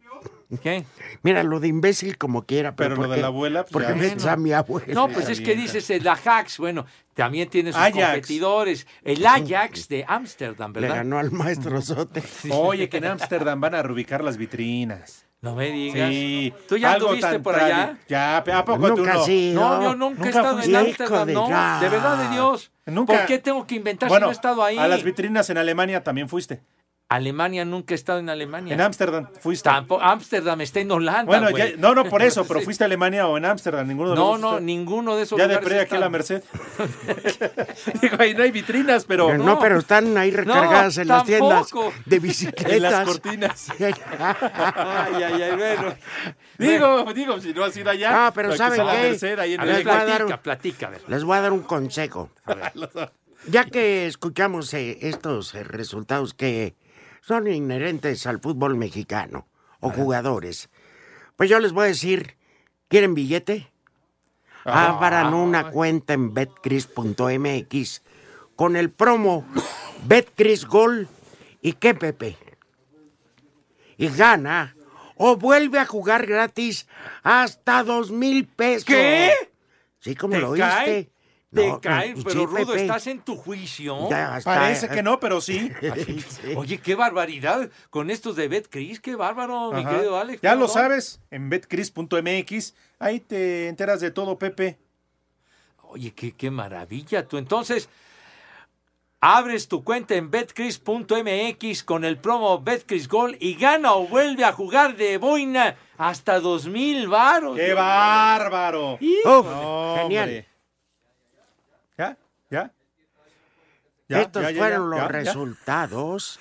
[SPEAKER 3] ¿Qué?
[SPEAKER 4] Mira, lo de imbécil como quiera, pero,
[SPEAKER 2] Pero lo
[SPEAKER 4] ¿por
[SPEAKER 2] de
[SPEAKER 4] qué-
[SPEAKER 2] la abuela, pues,
[SPEAKER 4] ¿por qué
[SPEAKER 2] ya.
[SPEAKER 4] metes a mi abuela?
[SPEAKER 3] No, pues es que dices el Ajax, bueno, también tiene sus
[SPEAKER 4] Ajax.
[SPEAKER 3] competidores. El Ajax de Ámsterdam,
[SPEAKER 2] Le
[SPEAKER 3] ¿verdad?
[SPEAKER 2] ganó
[SPEAKER 4] al maestro Sote.
[SPEAKER 2] Oye, que en Ámsterdam van a reubicar las vitrinas.
[SPEAKER 3] No me digas.
[SPEAKER 2] Sí.
[SPEAKER 3] ¿Tú ya
[SPEAKER 2] Algo
[SPEAKER 3] anduviste
[SPEAKER 2] tan
[SPEAKER 3] por allá?
[SPEAKER 2] tradi- Ya, ¿a poco tú
[SPEAKER 4] Nunca
[SPEAKER 2] no?
[SPEAKER 4] has ido.
[SPEAKER 3] No, yo nunca, he estado en
[SPEAKER 2] fuiste.
[SPEAKER 3] Ámsterdam, no. De verdad de Dios.
[SPEAKER 2] Nunca.
[SPEAKER 3] ¿Por qué tengo que inventar si
[SPEAKER 2] Bueno,
[SPEAKER 3] no he estado ahí?
[SPEAKER 2] a las vitrinas en Alemania también fuiste.
[SPEAKER 3] Alemania nunca he estado en Alemania.
[SPEAKER 2] En Ámsterdam fuiste.
[SPEAKER 3] Tampo- Ámsterdam está en Holanda.
[SPEAKER 2] Bueno,
[SPEAKER 3] güey.
[SPEAKER 2] ya- no, no, por eso, pero
[SPEAKER 3] Sí.
[SPEAKER 2] fuiste a Alemania o en Ámsterdam, ninguno de los
[SPEAKER 3] No,
[SPEAKER 2] dos
[SPEAKER 3] no,
[SPEAKER 2] fuiste.
[SPEAKER 3] ninguno de esos
[SPEAKER 2] Ya de
[SPEAKER 3] lugares
[SPEAKER 2] pre aquí
[SPEAKER 3] he
[SPEAKER 2] a la
[SPEAKER 3] estado.
[SPEAKER 2] Merced. Digo, ahí no hay vitrinas, pero.
[SPEAKER 4] No, pero están ahí recargadas en las tiendas
[SPEAKER 2] tampoco.
[SPEAKER 4] de bicicletas.
[SPEAKER 2] En las cortinas.
[SPEAKER 4] ay,
[SPEAKER 3] ay, ay, bueno.
[SPEAKER 2] Digo, digo, si no has ido allá.
[SPEAKER 4] Ah, pero
[SPEAKER 2] aquí
[SPEAKER 4] ¿saben
[SPEAKER 2] está la
[SPEAKER 4] qué?
[SPEAKER 2] Merced, ahí en
[SPEAKER 4] A
[SPEAKER 2] el
[SPEAKER 4] ver,
[SPEAKER 2] Electra.
[SPEAKER 4] voy a dar un-
[SPEAKER 3] platica, a ver.
[SPEAKER 4] Les voy a dar un consejo. Ya que escuchamos eh, estos eh, resultados que son inherentes al fútbol mexicano o jugadores, pues yo les voy a decir, ¿quieren billete?
[SPEAKER 14] Ah.
[SPEAKER 4] Abran una cuenta en betcris.mx con el promo Betcris Gol y qué Pepe. Y gana o vuelve a jugar gratis hasta dos mil pesos.
[SPEAKER 3] ¿Qué?
[SPEAKER 4] Sí, como
[SPEAKER 3] ¿Te
[SPEAKER 4] lo
[SPEAKER 3] cae?
[SPEAKER 4] oíste.
[SPEAKER 3] Te
[SPEAKER 4] No,
[SPEAKER 3] cae,
[SPEAKER 4] no,
[SPEAKER 3] pero
[SPEAKER 4] sí,
[SPEAKER 3] Rudo,
[SPEAKER 4] Pepe.
[SPEAKER 3] estás en tu juicio.
[SPEAKER 4] Ya está. Parece que no,
[SPEAKER 2] pero sí.
[SPEAKER 3] Oye, qué barbaridad con estos de Betcris, qué bárbaro, mi
[SPEAKER 2] Ajá.
[SPEAKER 3] querido Alex.
[SPEAKER 2] Ya
[SPEAKER 3] qué
[SPEAKER 2] lo
[SPEAKER 3] horror.
[SPEAKER 2] sabes, en betcris.mx, ahí te enteras de todo, Pepe.
[SPEAKER 3] Oye, qué, qué maravilla tú. Entonces, abres tu cuenta en betcris.mx con el promo Betcris Gol y gana o vuelve a jugar de boina hasta dos mil varos.
[SPEAKER 2] ¡Qué bárbaro!
[SPEAKER 4] Uf,
[SPEAKER 2] No,
[SPEAKER 4] genial.
[SPEAKER 2] hombre. ¿Ya? ¿Ya?
[SPEAKER 4] Estos
[SPEAKER 2] ya, ya,
[SPEAKER 4] fueron
[SPEAKER 2] ya,
[SPEAKER 4] los
[SPEAKER 2] ya.
[SPEAKER 4] resultados.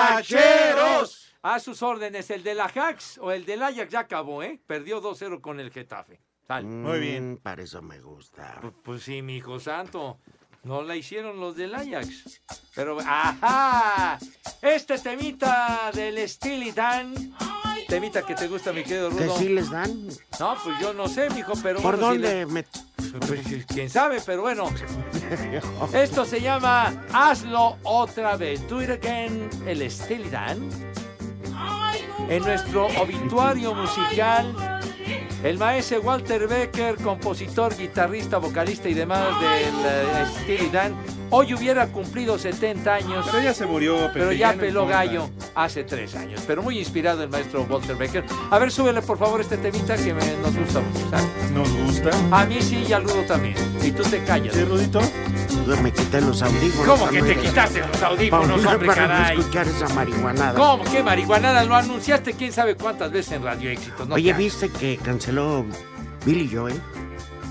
[SPEAKER 3] ¡Tepacheros! A sus órdenes, el de la Jax o el del Ajax ya acabó, ¿eh? Perdió 2-0 con el Getafe. Sal.
[SPEAKER 4] Muy bien. Mm, Para eso me gusta.
[SPEAKER 3] Pues sí, mi hijo santo. No la hicieron los del Ajax. Pero, ¡ajá! Este temita del Steely Dan. Temita que te gusta, mi querido
[SPEAKER 4] ¿Que
[SPEAKER 3] Rudo.
[SPEAKER 4] sí les dan?
[SPEAKER 3] No, pues yo no sé, mijo, pero.
[SPEAKER 4] ¿Por
[SPEAKER 3] bueno, sí
[SPEAKER 4] dónde me-
[SPEAKER 3] le- pues, Quién sabe, pero bueno. Esto se llama Hazlo otra vez. Do it again, el Steely Dan. En nuestro obituario musical, el maestro Walter Becker, compositor, guitarrista, vocalista y demás del eh, Steely Dan, hoy hubiera cumplido 70 años.
[SPEAKER 2] Pero ya se murió, Pepe,
[SPEAKER 3] Pero ya
[SPEAKER 2] ya no
[SPEAKER 3] peló
[SPEAKER 2] importa.
[SPEAKER 3] gallo hace tres años. Pero muy inspirado el maestro Walter Becker. A ver, súbele por favor este temita que me- nos gusta mucho. ¿sale?
[SPEAKER 2] Nos gusta.
[SPEAKER 3] A mí sí y al Rudo también. Y tú te callas.
[SPEAKER 2] ¿Sí, Rudito?
[SPEAKER 4] Me quité los audífonos.
[SPEAKER 3] ¿Cómo que te
[SPEAKER 4] hombre.
[SPEAKER 3] quitaste los
[SPEAKER 4] Para-
[SPEAKER 3] audífonos, hombre,
[SPEAKER 4] para no
[SPEAKER 3] caray?
[SPEAKER 4] escuchar esa marihuanada.
[SPEAKER 3] ¿Cómo? ¿Qué marihuanada? Lo anunciaste quién sabe cuántas veces en Radio Éxito. No
[SPEAKER 4] Oye,
[SPEAKER 3] te
[SPEAKER 4] ¿viste que canceló Billy Joel?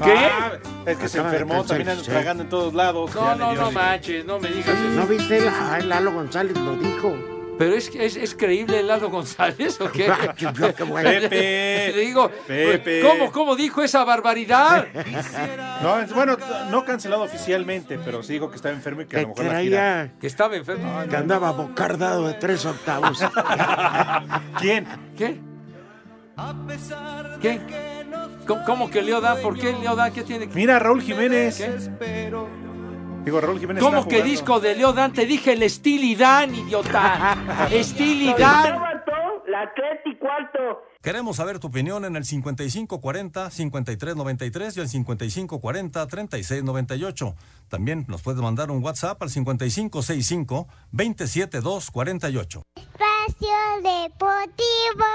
[SPEAKER 3] ¿Qué?
[SPEAKER 2] Ah, es que se
[SPEAKER 4] Acaba de
[SPEAKER 2] enfermó, también
[SPEAKER 4] cansar,
[SPEAKER 2] anda
[SPEAKER 4] sí.
[SPEAKER 2] tragando en todos lados.
[SPEAKER 3] No,
[SPEAKER 2] Ya le
[SPEAKER 3] no,
[SPEAKER 2] dio
[SPEAKER 3] no
[SPEAKER 2] así.
[SPEAKER 3] manches, no me digas eso.
[SPEAKER 4] ¿No viste? Ay, Lalo González lo dijo.
[SPEAKER 3] Pero es, es, es creíble Lalo González, ¿o qué?
[SPEAKER 4] Yo qué bueno.
[SPEAKER 2] Pepe.
[SPEAKER 3] Le digo,
[SPEAKER 2] Pepe.
[SPEAKER 3] ¿cómo, cómo dijo esa barbaridad?
[SPEAKER 2] No, es- bueno, no cancelado oficialmente, pero sí dijo que estaba enfermo y que a
[SPEAKER 4] Que
[SPEAKER 2] lo mejor la gira.
[SPEAKER 4] traía,
[SPEAKER 3] Que estaba enfermo.
[SPEAKER 4] que andaba bocardado de tres octavos.
[SPEAKER 2] ¿Quién?
[SPEAKER 3] ¿Qué? ¿Qué? ¿Cómo, cómo que Leodan? ¿Por qué Leodan? ¿Qué tiene que
[SPEAKER 2] Mira, Raúl Jiménez.
[SPEAKER 3] ¿Qué?
[SPEAKER 2] Digo, Raúl Jiménez.
[SPEAKER 3] ¿Cómo
[SPEAKER 2] está
[SPEAKER 3] que
[SPEAKER 2] jugando.
[SPEAKER 3] disco de Leodan? Te dije el Steely Dan, idiota. Steely Dan.
[SPEAKER 15] La Cleti Cuarto.
[SPEAKER 7] Queremos saber tu opinión en el 5540-5393 y el 5540-3698. También nos puedes mandar un WhatsApp al 5565-27248.
[SPEAKER 8] Espacio Deportivo.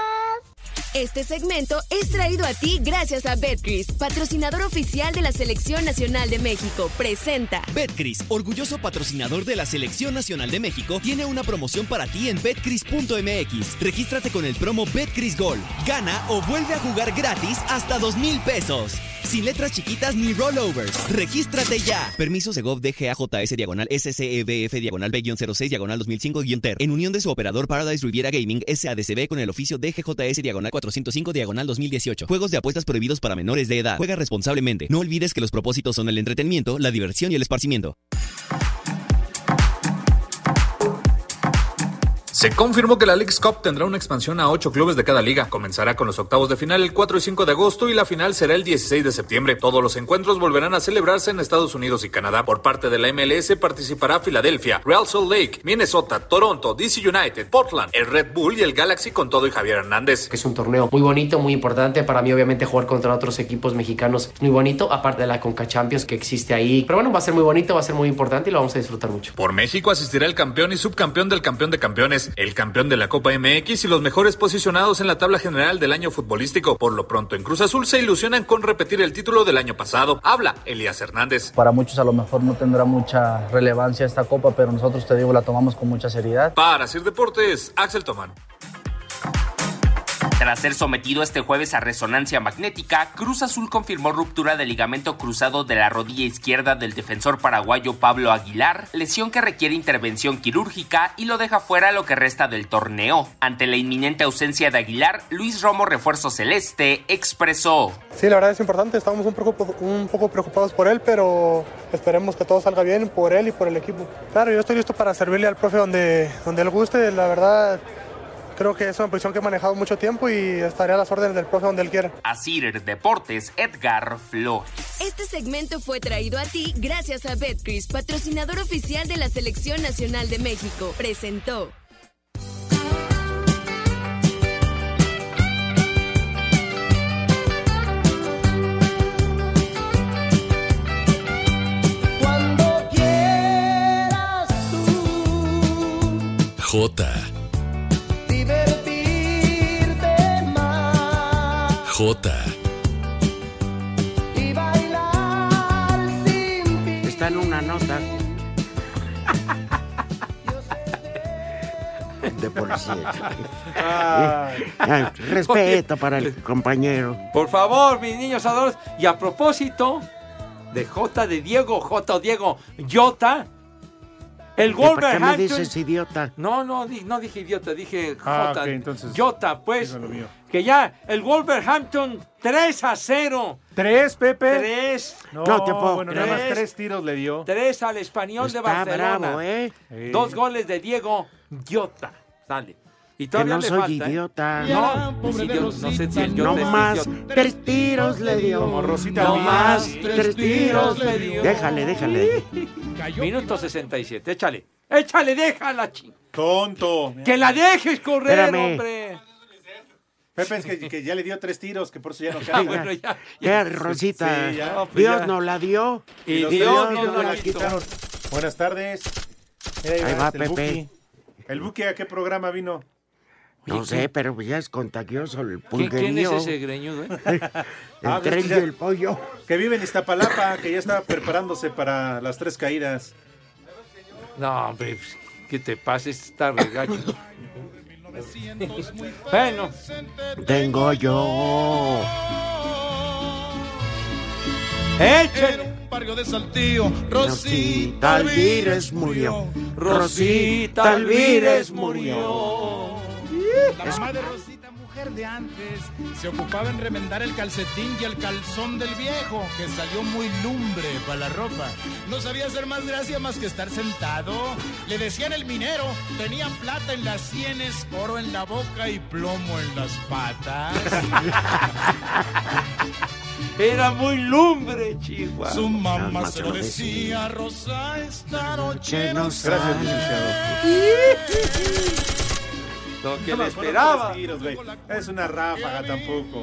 [SPEAKER 14] Este segmento es traído a ti gracias a Betcris, patrocinador oficial de la Selección Nacional de México. Presenta.
[SPEAKER 16] Betcris, orgulloso patrocinador de la Selección Nacional de México, tiene una promoción para ti en betcris.mx. Regístrate con el promo Betcris Gol. Gana o vuelve a jugar gratis hasta dos mil pesos. Sin letras chiquitas ni rollovers. Regístrate ya.
[SPEAKER 17] Permiso Segov DGAJS diagonal SCEBF diagonal B-06 diagonal 2005-TER. En unión de su operador Paradise Riviera Gaming SADCB con el oficio DGJS diagonal 405 diagonal 2018. Juegos de apuestas prohibidos para menores de edad. Juega responsablemente. No olvides que los propósitos son el entretenimiento, la diversión y el esparcimiento.
[SPEAKER 11] Se confirmó que la League's Cup tendrá una expansión a ocho clubes de cada liga. Comenzará con los octavos de final el 4 y 5 de agosto y la final será el 16 de septiembre. Todos los encuentros volverán a celebrarse en Estados Unidos y Canadá. Por parte de la MLS participará Filadelfia, Real Salt Lake, Minnesota, Toronto, DC United, Portland, el Red Bull y el Galaxy con todo y Javier Hernández.
[SPEAKER 18] Es un torneo muy bonito, muy importante. Para mí, obviamente, jugar contra otros equipos mexicanos es muy bonito, aparte de la Conca Champions que existe ahí. Pero bueno, va a ser muy bonito, va a ser muy importante y lo vamos a disfrutar mucho.
[SPEAKER 11] Por México asistirá el campeón y subcampeón del campeón de campeones, el campeón de la Copa MX y los mejores posicionados en la tabla general del año futbolístico. Por lo pronto en Cruz Azul se ilusionan con repetir el título del año pasado. Habla Elías Hernández.
[SPEAKER 19] Para muchos a lo mejor no tendrá mucha relevancia esta copa, pero nosotros te digo, la tomamos con mucha seriedad.
[SPEAKER 11] Para Sir Deportes, Axel Tomán.
[SPEAKER 20] Tras ser sometido este jueves a resonancia magnética, Cruz Azul confirmó ruptura del ligamento cruzado de la rodilla izquierda del defensor paraguayo Pablo Aguilar, lesión que requiere intervención quirúrgica y lo deja fuera lo que resta del torneo. Ante la inminente ausencia de Aguilar, Luis Romo Refuerzo Celeste expresó.
[SPEAKER 21] Sí, la verdad es importante, estábamos un poco, un poco preocupados por él, pero esperemos que todo salga bien por él y por el equipo. Claro, yo estoy listo para servirle al profe donde, donde él guste, la verdad creo que es una posición que he manejado mucho tiempo y estaré a las órdenes del profe donde él quiera.
[SPEAKER 20] Así Deportes, Edgar Flores.
[SPEAKER 14] Este segmento fue traído a ti gracias a Betcris, patrocinador oficial de la Selección Nacional de México. Presentó.
[SPEAKER 22] J.
[SPEAKER 23] divertirte más
[SPEAKER 22] J.
[SPEAKER 23] y bailar sin fin.
[SPEAKER 4] Está en una nota. De policía.
[SPEAKER 2] Ah.
[SPEAKER 4] Ay, Respeto para el compañero.
[SPEAKER 3] Por favor, mis niños adorados. Y a propósito de J de Diego, J o Diego, Jota. El
[SPEAKER 4] ¿Y por qué me
[SPEAKER 3] Wolverhampton.
[SPEAKER 4] dices idiota?
[SPEAKER 3] No, no, di- no dije idiota, dije
[SPEAKER 4] Ah,
[SPEAKER 3] Jota.
[SPEAKER 4] ok, entonces,
[SPEAKER 3] Jota, pues. Que ya, el Wolverhampton 3 a 0.
[SPEAKER 2] ¿Tres,
[SPEAKER 4] Eh.
[SPEAKER 2] Pepe?
[SPEAKER 3] Tres.
[SPEAKER 2] No, te puedo
[SPEAKER 3] bueno,
[SPEAKER 2] creer.
[SPEAKER 3] nada más tres
[SPEAKER 2] tiros le dio.
[SPEAKER 3] Tres al español de
[SPEAKER 2] Está
[SPEAKER 3] Barcelona.
[SPEAKER 2] bravo, ¿eh? Sí.
[SPEAKER 3] Dos goles de Diego Jota. Sale. Y
[SPEAKER 4] Que
[SPEAKER 3] todavía
[SPEAKER 4] no
[SPEAKER 3] le
[SPEAKER 4] soy
[SPEAKER 3] falta, ¿eh?
[SPEAKER 4] idiota.
[SPEAKER 3] No, es idiota, no sé si el
[SPEAKER 4] No
[SPEAKER 3] idiota es
[SPEAKER 4] más
[SPEAKER 3] idiota.
[SPEAKER 4] tres tiros le dio.
[SPEAKER 3] Como Rosita No Alvira. más tres tiros le dio.
[SPEAKER 4] Déjale, déjale.
[SPEAKER 3] Minuto 67. Échale. Échale, déjala, ching.
[SPEAKER 2] Tonto.
[SPEAKER 3] Que la dejes correr,
[SPEAKER 4] Espérame.
[SPEAKER 3] hombre.
[SPEAKER 2] Pepe es que, que ya le dio tres tiros, que por eso ya no
[SPEAKER 4] Ah,
[SPEAKER 2] cae.
[SPEAKER 4] bueno, ya, Ya, Rosita.
[SPEAKER 2] Sí, ya.
[SPEAKER 4] Dios nos la dio.
[SPEAKER 2] Y los
[SPEAKER 4] Dios
[SPEAKER 2] tres
[SPEAKER 4] nos
[SPEAKER 2] tiros no
[SPEAKER 4] la
[SPEAKER 2] la
[SPEAKER 4] quitó.
[SPEAKER 2] quitaron. Buenas tardes. Mira,
[SPEAKER 4] Ahí
[SPEAKER 2] va
[SPEAKER 4] va
[SPEAKER 2] este, el
[SPEAKER 4] Pepe.
[SPEAKER 2] Buki. ¿El Buki a qué programa vino?
[SPEAKER 4] No sé, pero pues ya es contagioso el
[SPEAKER 2] ¿Quién-
[SPEAKER 4] pulguerío.
[SPEAKER 2] quién es ese
[SPEAKER 3] greñudo? eh?
[SPEAKER 2] Ah,
[SPEAKER 4] el tren
[SPEAKER 2] pues,
[SPEAKER 4] y
[SPEAKER 2] ya-
[SPEAKER 4] el pollo.
[SPEAKER 2] Que vive en Iztapalapa, que ya estaba preparándose para las tres caídas.
[SPEAKER 3] No, hombre, pues, ¿qué te pasa? Está regacho. bueno,
[SPEAKER 4] Tengo yo.
[SPEAKER 3] Échale.
[SPEAKER 23] Barrio de Saltillo,
[SPEAKER 4] Rosita Alvírez murió.
[SPEAKER 23] Rosita Alvírez
[SPEAKER 4] murió.
[SPEAKER 23] La mamá de Rosita, mujer de antes, se ocupaba en remendar el calcetín y el calzón del viejo, que salió muy lumbre para la ropa. No sabía hacer más gracia más que estar sentado. Le decían el minero, tenía plata en las sienes, oro en la boca y plomo en las patas.
[SPEAKER 3] era muy lumbre, Chihuahua.
[SPEAKER 23] Su mamá
[SPEAKER 3] Alma
[SPEAKER 23] se lo decía, Rosa, esta noche no
[SPEAKER 2] Gracias,
[SPEAKER 4] Ah.
[SPEAKER 2] licenciado.
[SPEAKER 3] Lo que
[SPEAKER 2] No
[SPEAKER 3] le
[SPEAKER 2] me fueron
[SPEAKER 3] esperaba.
[SPEAKER 2] tres tiros, güey. Es una ráfaga tampoco.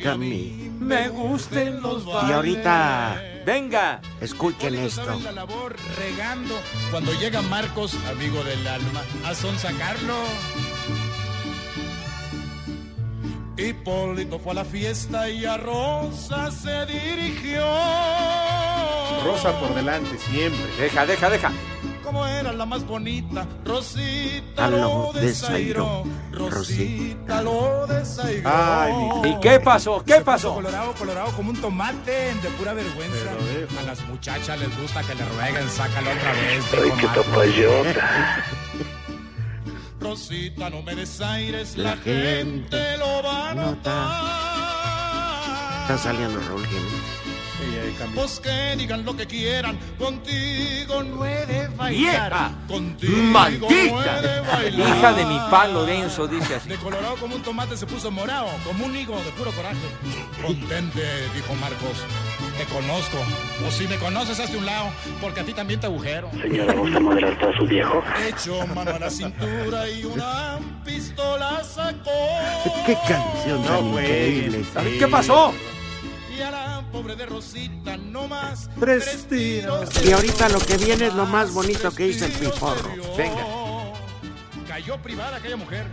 [SPEAKER 4] Cami.
[SPEAKER 3] Me gusten los
[SPEAKER 4] Y ahorita.
[SPEAKER 3] Venga.
[SPEAKER 4] Escuchen esto.
[SPEAKER 23] saben la labor regando cuando llega Marcos, amigo del alma, a sonsacarlo. Hipólito fue a la fiesta y a Rosa se dirigió.
[SPEAKER 2] Rosa por delante, siempre.
[SPEAKER 3] Deja, deja, deja.
[SPEAKER 23] Como era la más bonita, Rosita
[SPEAKER 4] A lo
[SPEAKER 23] lo desairó.
[SPEAKER 4] desairó, Rosita.
[SPEAKER 23] Rosita lo desairó.
[SPEAKER 3] ¿Y qué pasó? ¿Qué pasó?
[SPEAKER 23] Colorado, colorado como un tomate de pura vergüenza. A las muchachas les gusta que le rueguen, sácalo otra vez. dijo Marco. Rosita, no me desaires, la,
[SPEAKER 4] La
[SPEAKER 23] gente,
[SPEAKER 4] gente
[SPEAKER 23] lo va a
[SPEAKER 4] no
[SPEAKER 23] notar.
[SPEAKER 4] Está saliendo Raúl Jiménez.
[SPEAKER 23] Pues que digan lo que quieran, contigo no he de bailar.
[SPEAKER 3] ¡Vieja!
[SPEAKER 23] Contigo no he de
[SPEAKER 3] ¡Maldita!
[SPEAKER 23] bailar.
[SPEAKER 3] Hija de mi palo denso, dice así.
[SPEAKER 23] De colorado como un tomate se puso morado, como un higo de puro coraje. Contente, dijo Marcos. Te conozco. O si me conoces, hazte un lado, porque a ti también te agujero.
[SPEAKER 1] Señora, ¿gusta moderar para su viejo?
[SPEAKER 23] Hecho mano a la cintura y una pistola sacó.
[SPEAKER 4] Qué canción tan
[SPEAKER 2] No
[SPEAKER 4] increíble.
[SPEAKER 2] juegues. ¿Qué pasó?
[SPEAKER 23] Y a la pobre de Rosita, no más.
[SPEAKER 4] Tres
[SPEAKER 23] tiros.
[SPEAKER 4] Y ahorita lo que viene es lo más bonito que hizo el piporro. Venga.
[SPEAKER 23] Cayó privada aquella mujer.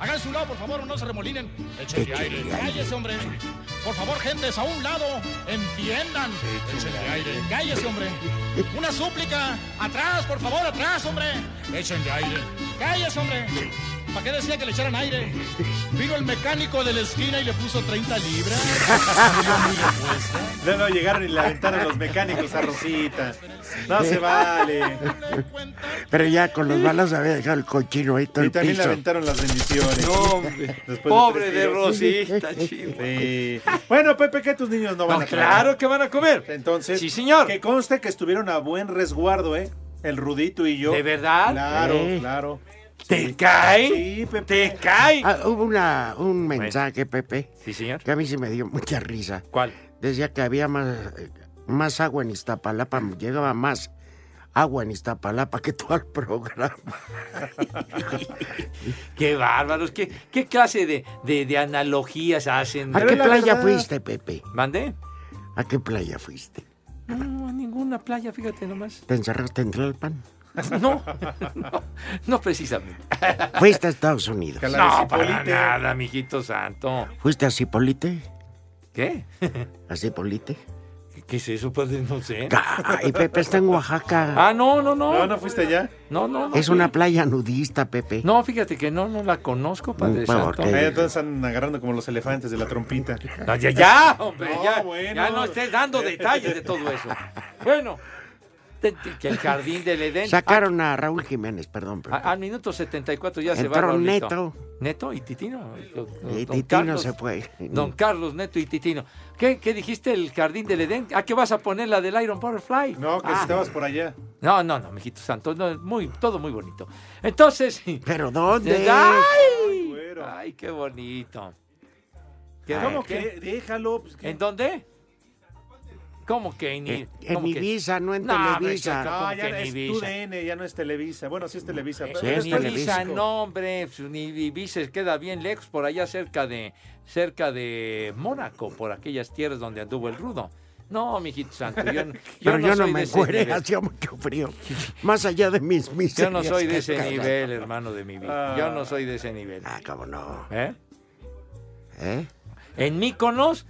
[SPEAKER 23] Hagan su lado, por favor, no se remolinen. Échenle
[SPEAKER 4] Échenle
[SPEAKER 23] aire.
[SPEAKER 4] aire.
[SPEAKER 23] Cállese, hombre. Por favor, gentes, a un lado. Entiendan. Échenle aire. Cállese, hombre. Una súplica. Atrás, por favor, atrás, hombre. Échenle aire. Cállese, hombre. ¿Para qué decía que le echaran aire? Vino el mecánico de la esquina y le puso 30 libras.
[SPEAKER 2] No, no, llegaron y le aventaron los mecánicos a Rosita. No se vale.
[SPEAKER 4] Pero ya con los balas había dejado el cochino ahí todo
[SPEAKER 2] Y
[SPEAKER 4] el
[SPEAKER 2] también le
[SPEAKER 4] piso.
[SPEAKER 2] aventaron las bendiciones.
[SPEAKER 3] No, hombre.
[SPEAKER 2] Después de
[SPEAKER 3] Pobre
[SPEAKER 2] tres
[SPEAKER 3] de
[SPEAKER 2] tiros.
[SPEAKER 3] Rosita, chico.
[SPEAKER 2] Sí. Bueno, Pepe, que tus niños no van
[SPEAKER 3] No,
[SPEAKER 2] a comer?
[SPEAKER 3] claro que van a comer.
[SPEAKER 2] Entonces,
[SPEAKER 3] Sí, señor.
[SPEAKER 2] que conste que estuvieron a buen resguardo, ¿eh? El Rudito y yo.
[SPEAKER 3] ¿De verdad?
[SPEAKER 2] Claro,
[SPEAKER 4] Sí.
[SPEAKER 2] claro.
[SPEAKER 3] ¿Te cae?
[SPEAKER 2] Sí, Pepe.
[SPEAKER 3] ¿Te cae?
[SPEAKER 4] Ah, hubo una, un mensaje, Pepe,
[SPEAKER 3] Sí, señor.
[SPEAKER 4] que a mí sí me dio mucha risa.
[SPEAKER 3] ¿Cuál?
[SPEAKER 4] Decía que había más, eh, más agua en Iztapalapa, llegaba más agua en Iztapalapa que todo el programa.
[SPEAKER 3] Qué bárbaros. ¿Qué, qué clase de, de, de analogías hacen?
[SPEAKER 4] ¿A qué playa fuiste, Pepe?
[SPEAKER 3] ¿Mandé?
[SPEAKER 4] ¿A qué playa fuiste?
[SPEAKER 3] No, a ninguna playa, fíjate nomás.
[SPEAKER 4] ¿Te encerraste en Tlalpan?
[SPEAKER 3] No, no, no precisamente.
[SPEAKER 4] ¿Fuiste a Estados Unidos?
[SPEAKER 3] No, para nada, mijito santo.
[SPEAKER 4] ¿Fuiste a Cipolite?
[SPEAKER 3] ¿Qué?
[SPEAKER 4] ¿A Cipolite?
[SPEAKER 3] ¿Qué es eso, padre? No sé.
[SPEAKER 4] Ay, Pepe, está en Oaxaca.
[SPEAKER 3] Ah, no, no, no.
[SPEAKER 2] No, no fuiste allá.
[SPEAKER 3] No, no, no.
[SPEAKER 4] Es una playa nudista, Pepe.
[SPEAKER 3] No, fíjate que no, no la conozco, padre
[SPEAKER 4] Por
[SPEAKER 3] santo. Eh,
[SPEAKER 4] favor,
[SPEAKER 2] Ahí entonces andan agarrando como los elefantes de la trompita.
[SPEAKER 3] No, ya, ya, hombre,
[SPEAKER 2] No,
[SPEAKER 3] ya,
[SPEAKER 2] bueno.
[SPEAKER 3] ya no estés dando detalles de todo eso. Bueno, te- te- que el jardín del Edén.
[SPEAKER 4] Sacaron a Raúl Jiménez, perdón, Pepe.
[SPEAKER 3] eh, A- a- al minuto 74 ya se va.
[SPEAKER 4] Entró
[SPEAKER 3] Raulito.
[SPEAKER 4] Neto.
[SPEAKER 3] Neto y Titino. Lo- lo-
[SPEAKER 4] Y
[SPEAKER 3] don
[SPEAKER 4] Titino
[SPEAKER 3] Carlos-
[SPEAKER 4] se fue.
[SPEAKER 3] Don Carlos, Neto y Titino. ¿Qué, qué dijiste? ¿El jardín del Edén? ¿A qué vas a poner la del Iron Butterfly?
[SPEAKER 2] No, que
[SPEAKER 3] Ah,
[SPEAKER 2] si estabas por allá.
[SPEAKER 3] No, no, no, mijito santo. no, es muy, todo muy bonito. Entonces.
[SPEAKER 4] ¿Pero dónde?
[SPEAKER 3] ¡Ay! ¡Ay, qué bonito! ¿Qué-
[SPEAKER 2] ¿Cómo
[SPEAKER 3] qué?
[SPEAKER 2] que? Déjalo. pues, que-
[SPEAKER 3] ¿En dónde? ¿Cómo que en, I-
[SPEAKER 4] Eh, En
[SPEAKER 3] cómo que-
[SPEAKER 4] Ibiza, no en
[SPEAKER 3] No, hombre,
[SPEAKER 4] Televisa.
[SPEAKER 3] chaca.
[SPEAKER 2] No,
[SPEAKER 3] ¿Cómo
[SPEAKER 2] Ah, ya
[SPEAKER 3] que en
[SPEAKER 2] es tu
[SPEAKER 3] Ibiza?
[SPEAKER 2] DN, ya no es Televisa. Bueno, sí es Televisa. pero
[SPEAKER 4] Sí, es
[SPEAKER 2] está en
[SPEAKER 4] Televisa.
[SPEAKER 3] Ibiza,
[SPEAKER 2] México.
[SPEAKER 3] no, hombre, pues, ni Ibiza queda bien lejos, por allá cerca de, cerca de Mónaco, por aquellas tierras donde anduvo el rudo. No, mijito santo, yo, yo
[SPEAKER 4] Pero yo no
[SPEAKER 3] soy de
[SPEAKER 4] me
[SPEAKER 3] ese
[SPEAKER 4] encueré,
[SPEAKER 3] nivel.
[SPEAKER 4] hacía mucho frío. Más allá de mis
[SPEAKER 3] Yo
[SPEAKER 4] miserias.
[SPEAKER 3] no soy de ese
[SPEAKER 4] caray.
[SPEAKER 3] nivel, hermano de mi vida. Yo no soy de ese nivel.
[SPEAKER 4] Ah, cómo no.
[SPEAKER 3] ¿Eh?
[SPEAKER 4] ¿Eh?
[SPEAKER 3] En Míconos,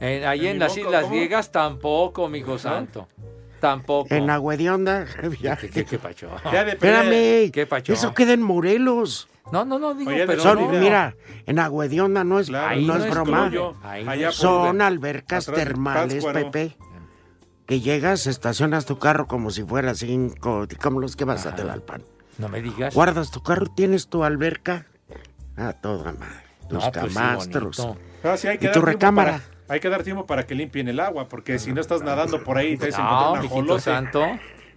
[SPEAKER 3] en- ahí en,
[SPEAKER 2] ¿En
[SPEAKER 3] las
[SPEAKER 2] Imoco,
[SPEAKER 3] Islas
[SPEAKER 2] cómo?
[SPEAKER 3] Griegas, tampoco, mijo santo. Tampoco.
[SPEAKER 4] En Agüedionda. ya.
[SPEAKER 3] ¿Qué, qué, qué pacho?
[SPEAKER 2] Ya de
[SPEAKER 4] Espérame.
[SPEAKER 3] ¿Qué pacho?
[SPEAKER 4] Eso queda en Morelos.
[SPEAKER 3] No, no, no, digo,
[SPEAKER 2] Oye,
[SPEAKER 3] pero
[SPEAKER 4] Son-
[SPEAKER 3] no.
[SPEAKER 4] Mira, en Agüedionda no es,
[SPEAKER 2] Claro,
[SPEAKER 4] no es broma.
[SPEAKER 2] Coloyo.
[SPEAKER 3] Ahí no
[SPEAKER 2] Allá por-
[SPEAKER 4] Son albercas
[SPEAKER 2] atrás de
[SPEAKER 4] termales,
[SPEAKER 2] Pátzcuaro.
[SPEAKER 4] Pepe. Que llegas, estacionas tu carro como si fuera cinco, como los que vas a Telalpan.
[SPEAKER 3] No me digas.
[SPEAKER 4] Guardas tu carro, tienes tu alberca. A toda madre. Tus
[SPEAKER 3] No, pues sí,
[SPEAKER 4] camastros.
[SPEAKER 3] bonito. Ah,
[SPEAKER 2] No, Ah, sí, hay que
[SPEAKER 4] ¿Y
[SPEAKER 2] dar
[SPEAKER 4] tu
[SPEAKER 2] tiempo
[SPEAKER 4] recámara?
[SPEAKER 2] para- hay que dar tiempo para que limpien el agua, porque si no estás nadando por ahí, te vas a
[SPEAKER 3] No,
[SPEAKER 2] encontrar un
[SPEAKER 3] mijito
[SPEAKER 2] ajolote.
[SPEAKER 3] santo.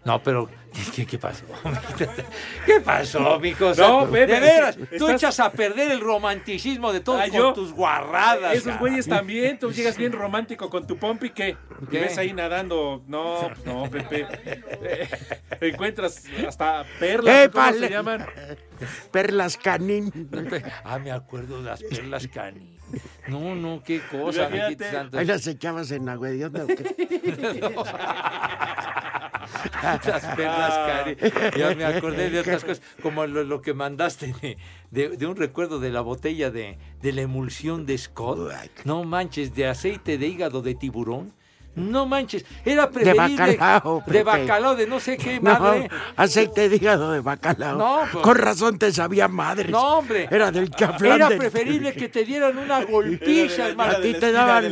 [SPEAKER 3] No, pero ¿qué, qué, qué pasó? ¿Qué pasó, mijo santo?
[SPEAKER 2] No, Pepe,
[SPEAKER 3] de veras,
[SPEAKER 2] es que
[SPEAKER 3] tú
[SPEAKER 2] estás-
[SPEAKER 3] echas a perder el romanticismo de todos
[SPEAKER 2] Ah,
[SPEAKER 3] con
[SPEAKER 2] yo-
[SPEAKER 3] tus guarradas.
[SPEAKER 2] Esos
[SPEAKER 3] cara.
[SPEAKER 2] güeyes también, tú llegas bien romántico con tu pompi que
[SPEAKER 3] ¿Qué?
[SPEAKER 2] ves ahí nadando. No, no, Pepe. Eh, encuentras hasta perlas,
[SPEAKER 4] ¡Eh,
[SPEAKER 2] ¿cómo
[SPEAKER 4] vale!
[SPEAKER 2] se llaman?
[SPEAKER 4] Perlas canín.
[SPEAKER 3] Ah, me acuerdo de las perlas cani. No, no, qué cosa,
[SPEAKER 2] Imagínate.
[SPEAKER 3] mijito santo.
[SPEAKER 4] Ahí las echabas en agua de onda, ¿o qué?
[SPEAKER 3] Las perlas cari. Ya me acordé de otras cosas, como lo, lo que mandaste de, de- de un recuerdo de la botella de, de la emulsión de Scott. No manches, de aceite de hígado de tiburón. No manches, era preferible
[SPEAKER 4] bacalao,
[SPEAKER 3] de
[SPEAKER 4] Pepe.
[SPEAKER 3] bacalao, de no sé qué
[SPEAKER 4] No,
[SPEAKER 3] madre.
[SPEAKER 4] aceite de hígado de bacalao.
[SPEAKER 3] No, pues-
[SPEAKER 4] Con razón te sabía madre.
[SPEAKER 3] No, hombre.
[SPEAKER 4] Era del café.
[SPEAKER 3] Era preferible que te dieran una golpiza, hermano.
[SPEAKER 4] A ti te daban.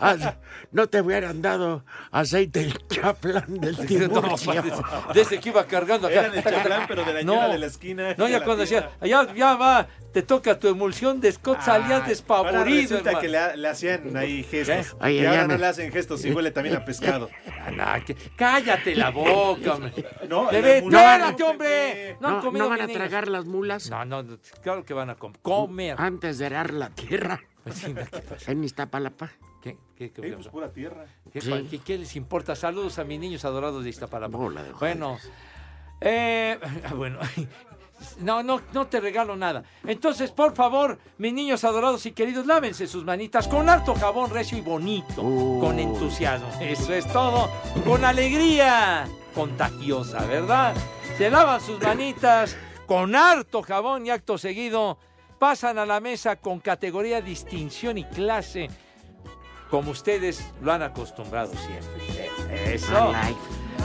[SPEAKER 4] a- no te hubieran dado aceite del chaflán del Tiburcio.
[SPEAKER 3] pues, No, desde que iba cargando acá.
[SPEAKER 2] Era del chaflán, pero de la ñora de la esquina
[SPEAKER 3] No,
[SPEAKER 2] y
[SPEAKER 3] ya
[SPEAKER 2] de la
[SPEAKER 3] cuando decía, ya, ya va, te toca tu emulsión de Scott, salías
[SPEAKER 2] Ah, Ahora
[SPEAKER 3] despavorido,
[SPEAKER 2] resulta
[SPEAKER 3] hermano.
[SPEAKER 2] que le, le hacían ahí gestos.
[SPEAKER 3] ¿Eh? Ay,
[SPEAKER 2] y
[SPEAKER 3] ay,
[SPEAKER 2] ahora
[SPEAKER 3] ay,
[SPEAKER 2] no
[SPEAKER 3] me-
[SPEAKER 2] le hacen gestos y huele también a pescado.
[SPEAKER 4] Eh,
[SPEAKER 3] Ah, Cállate la boca, hombre.
[SPEAKER 2] No,
[SPEAKER 3] De
[SPEAKER 2] la
[SPEAKER 3] ve-
[SPEAKER 2] mula-
[SPEAKER 3] ¡No, espérate, hombre! No, han
[SPEAKER 4] No,
[SPEAKER 3] comido
[SPEAKER 4] ¿no van a
[SPEAKER 3] que niños.
[SPEAKER 4] tragar Ah, las mulas?
[SPEAKER 3] No, no, no, claro que van a com- comer.
[SPEAKER 4] Antes de arar la tierra.
[SPEAKER 3] Pues sí, ¿qué pasa?
[SPEAKER 4] En Iztapalapa.
[SPEAKER 3] ¿Qué? ¿Qué? ¿Qué?
[SPEAKER 2] Eh, pues pura tierra.
[SPEAKER 3] ¿Qué,
[SPEAKER 4] Sí.
[SPEAKER 3] pa- qué- qué les importa? Saludos a mis niños adorados de Iztapalapa.
[SPEAKER 4] Bola de
[SPEAKER 3] bueno, eh, ah, bueno, no, no, no te regalo nada. Entonces, por favor, mis niños adorados y queridos, lávense sus manitas con harto jabón recio y bonito,
[SPEAKER 4] Oh.
[SPEAKER 3] con entusiasmo. Eso es todo, con alegría contagiosa, ¿verdad? Se lavan sus manitas con harto jabón y acto seguido pasan a la mesa con categoría, distinción y clase como ustedes lo han acostumbrado siempre. Eso.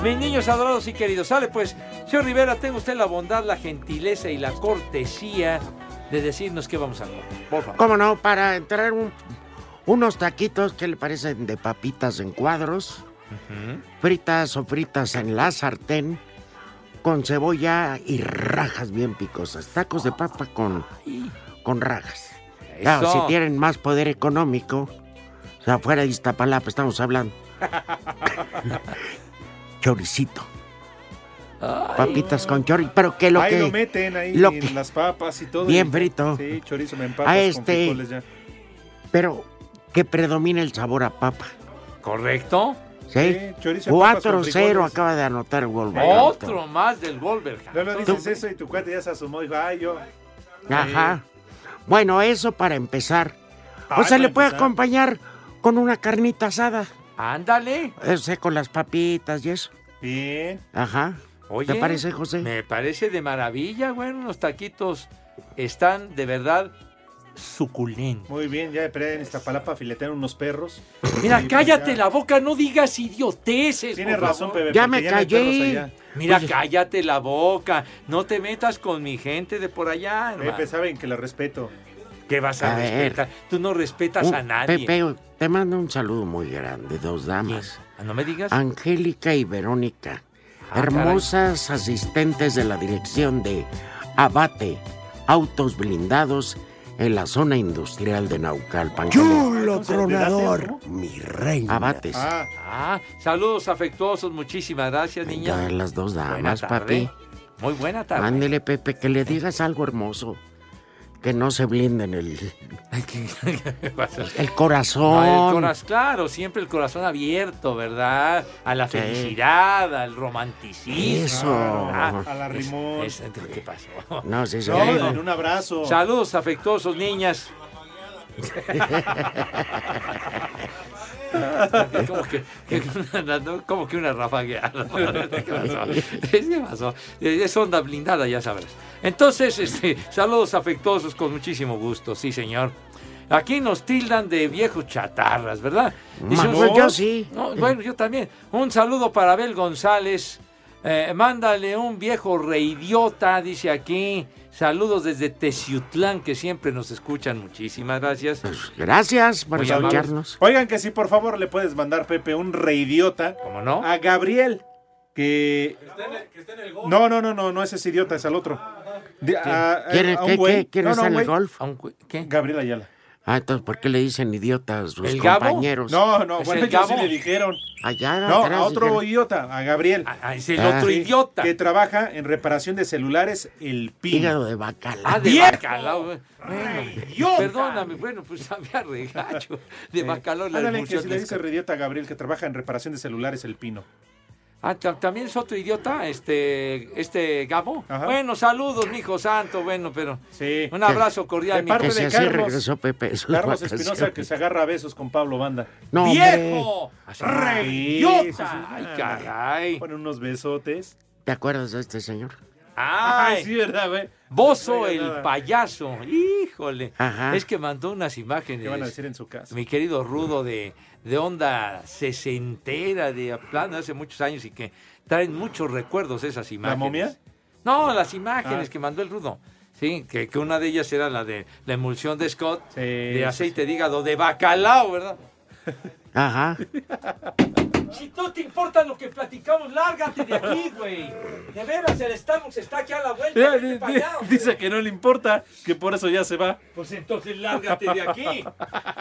[SPEAKER 3] Mis niños adorados y queridos, sale pues, señor Rivera, tenga usted la bondad, la gentileza y la cortesía de decirnos qué vamos a comer. Por favor.
[SPEAKER 4] ¿Cómo no? Para entrar un- unos taquitos que le parecen de papitas en cuadros, fritas o fritas en la sartén, con cebolla y rajas bien picosas. Tacos de papa con, con rajas. Claro,
[SPEAKER 3] Eso.
[SPEAKER 4] si tienen más poder económico, o sea, fuera de Iztapalapa estamos hablando. Choricito. Papitas con chorizo, pero que lo
[SPEAKER 2] ahí
[SPEAKER 4] que...
[SPEAKER 2] lo meten ahí
[SPEAKER 4] lo que-
[SPEAKER 2] en las papas y todo.
[SPEAKER 4] Bien
[SPEAKER 2] y-
[SPEAKER 4] frito.
[SPEAKER 2] Sí, chorizo me
[SPEAKER 4] A
[SPEAKER 2] empapas con
[SPEAKER 4] este-
[SPEAKER 2] frijoles ya.
[SPEAKER 4] Pero que predomina el sabor a papa.
[SPEAKER 3] ¿Correcto?
[SPEAKER 4] ¿Sí?
[SPEAKER 2] Sí, chorizo en papas con
[SPEAKER 4] 4-0
[SPEAKER 2] frijoles.
[SPEAKER 4] acaba de anotar Wolverhampton.
[SPEAKER 3] Otro más del
[SPEAKER 2] No
[SPEAKER 3] Wolverhampton.
[SPEAKER 2] lo dices eso y tu cuate ya se asomó y dijo, ay, yo.
[SPEAKER 4] Ajá. Bueno, eso para empezar. o
[SPEAKER 2] Ay,
[SPEAKER 4] sea,
[SPEAKER 2] para
[SPEAKER 4] le puede
[SPEAKER 2] empezar.
[SPEAKER 4] acompañar con una carnita asada.
[SPEAKER 3] Ándale.
[SPEAKER 4] O sea, con las papitas y eso.
[SPEAKER 2] Bien.
[SPEAKER 4] Ajá.
[SPEAKER 3] Oye,
[SPEAKER 4] ¿Te parece, José?
[SPEAKER 3] Me parece de maravilla, bueno, unos taquitos están de verdad suculentos.
[SPEAKER 2] Muy bien, ya pero en Iztapalapa filetearon unos perros.
[SPEAKER 3] Mira,
[SPEAKER 2] Y pues
[SPEAKER 3] cállate
[SPEAKER 2] ya.
[SPEAKER 3] la boca, no digas idioteces.
[SPEAKER 2] Tienes
[SPEAKER 3] por
[SPEAKER 2] razón,
[SPEAKER 3] favor.
[SPEAKER 2] Pepe, Ya porque me ya no hay callé. perros allá.
[SPEAKER 3] Mira,
[SPEAKER 2] Oye.
[SPEAKER 3] cállate la boca. No te metas con mi gente de por allá, hermano.
[SPEAKER 2] Pepe, saben que la respeto.
[SPEAKER 3] ¿Qué vas a, Uh,
[SPEAKER 4] A ver.
[SPEAKER 3] respetar? Tú no respetas
[SPEAKER 4] Un-
[SPEAKER 3] a nadie.
[SPEAKER 4] Uh, Pepe, te mando un saludo muy grande, dos damas.
[SPEAKER 3] Ah, No me digas.
[SPEAKER 4] Angélica y Verónica,
[SPEAKER 3] Ah,
[SPEAKER 4] hermosas asistentes de la dirección de Abate, autos blindados en la zona industrial de Naucalpan.
[SPEAKER 2] ¡Chulo tronador!
[SPEAKER 4] Mi rey. Abates.
[SPEAKER 3] Ah, ah, saludos afectuosos, muchísimas gracias, niña.
[SPEAKER 4] Ya las dos
[SPEAKER 3] Buena
[SPEAKER 4] damas,
[SPEAKER 3] tarde.
[SPEAKER 4] papi.
[SPEAKER 3] Muy buena tarde.
[SPEAKER 4] Ándele, Pepe, que le digas algo hermoso. Que no se blinden el, el corazón.
[SPEAKER 3] No, el corazón, claro, siempre el corazón abierto, ¿verdad? A la
[SPEAKER 4] Sí.
[SPEAKER 3] felicidad, al romanticismo.
[SPEAKER 4] Eso.
[SPEAKER 3] ¿verdad?
[SPEAKER 2] A la
[SPEAKER 3] Es-
[SPEAKER 2] rimón.
[SPEAKER 3] es- ¿Qué pasó?
[SPEAKER 4] No, sí, sí.
[SPEAKER 2] No, en un abrazo.
[SPEAKER 3] Saludos afectuosos, niñas. como, que, que una, no, como que una rafagueada. ¿Qué pasó? ¿Qué pasó? Es onda blindada, ya sabrás. Entonces, este, saludos afectuosos con muchísimo gusto, sí, señor. Aquí nos tildan de viejos chatarras, ¿verdad? Dice un-
[SPEAKER 4] Pues yo sí.
[SPEAKER 3] No, bueno, yo también. Un saludo para Abel González. Eh, mándale un viejo reidiota, dice aquí. Saludos desde Teciutlán, que siempre nos escuchan. Muchísimas gracias.
[SPEAKER 4] Pues, Gracias por
[SPEAKER 3] Muy amables.
[SPEAKER 4] escucharnos.
[SPEAKER 2] Oigan que si por favor le puedes mandar, Pepe, un reidiota
[SPEAKER 3] ¿Cómo no?
[SPEAKER 2] a Gabriel, que... No, no, no, no, no ese es idiota, es al otro. De- a- Eh, a-
[SPEAKER 4] ¿Quiere-
[SPEAKER 2] a un
[SPEAKER 4] qué-
[SPEAKER 2] güey-
[SPEAKER 4] qué- quién
[SPEAKER 2] no,
[SPEAKER 4] está
[SPEAKER 2] no,
[SPEAKER 4] en
[SPEAKER 2] un
[SPEAKER 4] el
[SPEAKER 2] güey-
[SPEAKER 4] golf?
[SPEAKER 2] Gabriel Ayala.
[SPEAKER 4] Ah, entonces, ¿por qué le dicen idiotas a sus
[SPEAKER 3] ¿El Gabo?
[SPEAKER 4] compañeros?
[SPEAKER 2] No, no,
[SPEAKER 3] ¿Es
[SPEAKER 2] bueno,
[SPEAKER 3] el
[SPEAKER 2] ellos sí
[SPEAKER 3] Gabo?
[SPEAKER 2] le dijeron.
[SPEAKER 4] Allá
[SPEAKER 2] No,
[SPEAKER 4] Ah, atrás
[SPEAKER 2] a otro
[SPEAKER 4] dijeron,
[SPEAKER 2] idiota, a Gabriel.
[SPEAKER 3] Ah, es el
[SPEAKER 4] Ah.
[SPEAKER 3] otro
[SPEAKER 4] Sí.
[SPEAKER 3] idiota.
[SPEAKER 2] Que trabaja en reparación de celulares, el PIN.
[SPEAKER 4] hígado de bacalao.
[SPEAKER 3] Ah, de
[SPEAKER 2] ¡Viejo!
[SPEAKER 3] bacalao. güey. Bueno, perdóname, bueno, pues sabía regacho. De bacalao la
[SPEAKER 2] Ándale, que
[SPEAKER 3] emulsión
[SPEAKER 2] si le
[SPEAKER 3] de
[SPEAKER 2] dice reidiota a Gabriel que trabaja en reparación de celulares, el Pino.
[SPEAKER 3] Ah, ta- también es otro idiota, este, este Gabo. Bueno, saludos, mijo santo, bueno, pero un abrazo cordial.
[SPEAKER 4] Que-
[SPEAKER 3] mi
[SPEAKER 4] que
[SPEAKER 3] Carlos.
[SPEAKER 4] si así regresó Pepe. de sus
[SPEAKER 2] Carlos
[SPEAKER 4] vacaciones.
[SPEAKER 2] Espinosa que se agarra a besos con Pablo Banda.
[SPEAKER 4] No,
[SPEAKER 2] ¡Viejo!
[SPEAKER 4] hombre.
[SPEAKER 2] ¡Reyota!
[SPEAKER 4] Sí, sí, sí.
[SPEAKER 2] ¡Ay, caray! Ponen unos besotes.
[SPEAKER 4] ¿Te acuerdas de este señor?
[SPEAKER 3] Ay,
[SPEAKER 2] sí, ¿verdad, güey?
[SPEAKER 3] Bozo
[SPEAKER 2] No diga
[SPEAKER 3] el
[SPEAKER 2] nada.
[SPEAKER 3] payaso, híjole.
[SPEAKER 4] Ajá.
[SPEAKER 3] Es que mandó unas imágenes.
[SPEAKER 2] ¿Qué van a decir en su casa?
[SPEAKER 3] Mi querido Rudo de, de onda sesentera, de plano hace muchos años y que traen muchos recuerdos esas imágenes.
[SPEAKER 2] momia?
[SPEAKER 3] No, las imágenes
[SPEAKER 2] Ah.
[SPEAKER 3] que mandó el Rudo. Sí, que, que una de ellas era la de la emulsión de Scott, de aceite de hígado, de bacalao, ¿verdad?
[SPEAKER 4] Ajá.
[SPEAKER 3] Si no te importa lo que platicamos, lárgate de aquí, güey. De veras, el Starbucks está aquí a la vuelta. vete para allá, hombre.
[SPEAKER 2] Dice que no le importa, que por eso ya se va.
[SPEAKER 3] Pues entonces lárgate de aquí.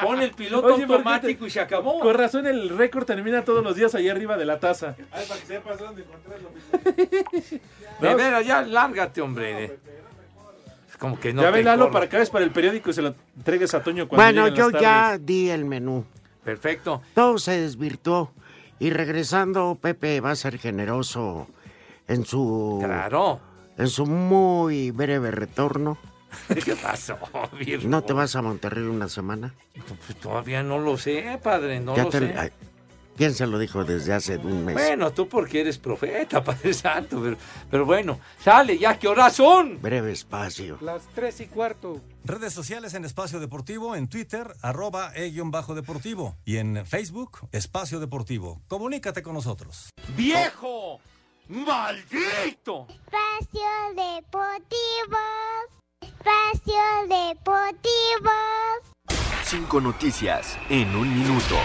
[SPEAKER 3] Pon el piloto
[SPEAKER 2] Oye, ¿por qué
[SPEAKER 3] automático y se acabó.
[SPEAKER 2] Con razón el récord termina todos los días ahí arriba de la taza.
[SPEAKER 3] para que sepas dónde De veras, ya lárgate, hombre. Es como que no
[SPEAKER 2] ya
[SPEAKER 3] te
[SPEAKER 2] ve Lalo
[SPEAKER 3] corro.
[SPEAKER 2] para que vayas para el periódico y se lo entregues a Toño cuando
[SPEAKER 4] Bueno,
[SPEAKER 2] lleguen
[SPEAKER 4] yo
[SPEAKER 2] las
[SPEAKER 4] ya
[SPEAKER 2] tardes.
[SPEAKER 4] di el menú.
[SPEAKER 3] Perfecto.
[SPEAKER 4] Todo se desvirtuó. Y regresando, Pepe va a ser generoso en su.
[SPEAKER 3] Claro.
[SPEAKER 4] En su muy breve retorno.
[SPEAKER 3] ¿Qué pasó, Virgo?
[SPEAKER 4] ¿No te vas a Monterrey una semana?
[SPEAKER 3] Pues todavía no lo sé, padre, no
[SPEAKER 4] Ya
[SPEAKER 3] lo
[SPEAKER 4] te-
[SPEAKER 3] sé.
[SPEAKER 4] ay, pues. ¿Quién se lo dijo desde hace un mes?
[SPEAKER 3] Bueno, tú porque eres profeta, Padre Santo, pero, pero bueno, sale ya, ¿qué horas son?
[SPEAKER 4] Breve espacio.
[SPEAKER 7] Las 3 y cuarto. Redes sociales en Espacio Deportivo, en Twitter, arroba E e-deportivo. Y en Facebook, Espacio Deportivo. Comunícate con nosotros.
[SPEAKER 3] ¡Viejo! ¡Maldito!
[SPEAKER 8] Espacio Deportivo. Espacio Deportivo.
[SPEAKER 5] Cinco noticias en un minuto.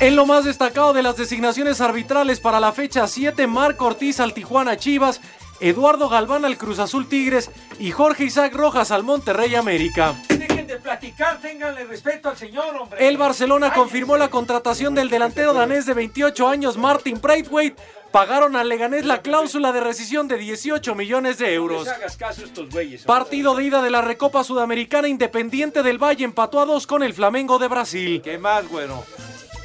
[SPEAKER 6] En lo más destacado de las designaciones arbitrales para la fecha 7, Marco Ortiz al Tijuana Chivas, Eduardo Galván al Cruz Azul Tigres y Jorge Isaac Rojas al Monterrey América.
[SPEAKER 3] Dejen de platicar, ténganle respeto al señor, hombre.
[SPEAKER 6] El Barcelona confirmó la contratación del delantero danés de 28 años, Martin Braithwaite. Pagaron al Leganés la cláusula de rescisión de 18 millones de euros.
[SPEAKER 3] No les hagas caso a estos güeyes. hombre.
[SPEAKER 6] Partido de ida de la Recopa Sudamericana Independiente del Valle empató a dos con el Flamengo de Brasil.
[SPEAKER 3] ¿Qué más, bueno?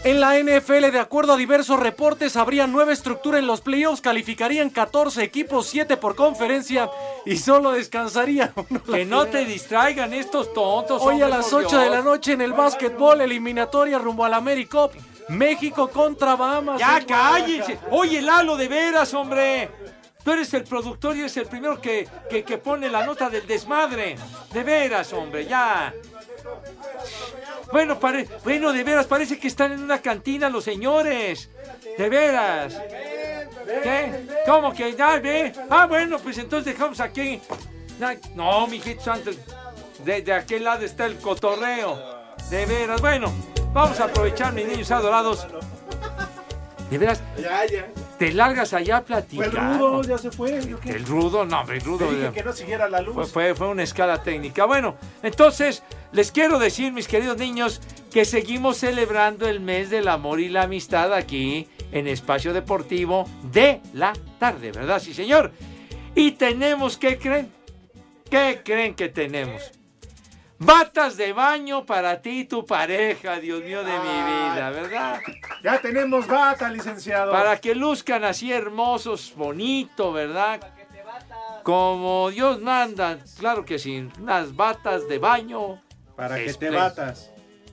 [SPEAKER 6] En la NFL, de acuerdo a diversos reportes, habría nueva estructura en los playoffs, calificarían 14 equipos, 7 por conferencia y solo descansaría uno.
[SPEAKER 3] Que no te distraigan estos tontos.
[SPEAKER 6] Hoy a
[SPEAKER 3] hombre,
[SPEAKER 6] las
[SPEAKER 3] por
[SPEAKER 6] 8 de
[SPEAKER 3] Dios.
[SPEAKER 6] la noche en el básquetbol, eliminatoria rumbo al AmeriCup, México contra Bahamas.
[SPEAKER 3] Ya
[SPEAKER 6] en Guadalajara.
[SPEAKER 3] cállense. Oye, Lalo, de veras, hombre. Tú eres el productor y eres el primero que, que, que pone la nota del desmadre. De veras, hombre, ya. Bueno, pare- bueno, de veras, parece que están en una cantina los señores. De veras. ¿Qué? ¿Cómo que ya ve? Ah, bueno, pues entonces dejamos aquí. Na- No, mijito santo. De, de aquel lado está el cotorreo. De veras. Bueno, vamos a aprovechar, mis niños adorados. De veras,
[SPEAKER 2] Ya, ya.
[SPEAKER 3] te largas allá a
[SPEAKER 2] Fue
[SPEAKER 3] platicar.
[SPEAKER 2] el rudo, ya se fue. ¿yo qué?
[SPEAKER 3] El rudo, no, hombre, el
[SPEAKER 2] Te
[SPEAKER 3] rudo.
[SPEAKER 2] dije que no siguiera la
[SPEAKER 3] Fue,
[SPEAKER 2] luz.
[SPEAKER 3] fue- fue una escala técnica. Bueno, entonces les quiero decir, mis queridos niños, que seguimos celebrando el mes del amor y la amistad aquí en Espacio Deportivo de la tarde, ¿verdad? Sí, señor. Y tenemos, ¿qué creen? ¿Qué creen que tenemos? Batas de baño para ti y tu pareja, Dios mío de mi vida, ¿verdad?
[SPEAKER 2] Ya tenemos bata, licenciado.
[SPEAKER 3] Para que luzcan así hermosos, bonito, ¿verdad? Como Dios manda, claro que sí, unas batas de baño.
[SPEAKER 2] Para que te
[SPEAKER 3] Esplen-
[SPEAKER 2] batas.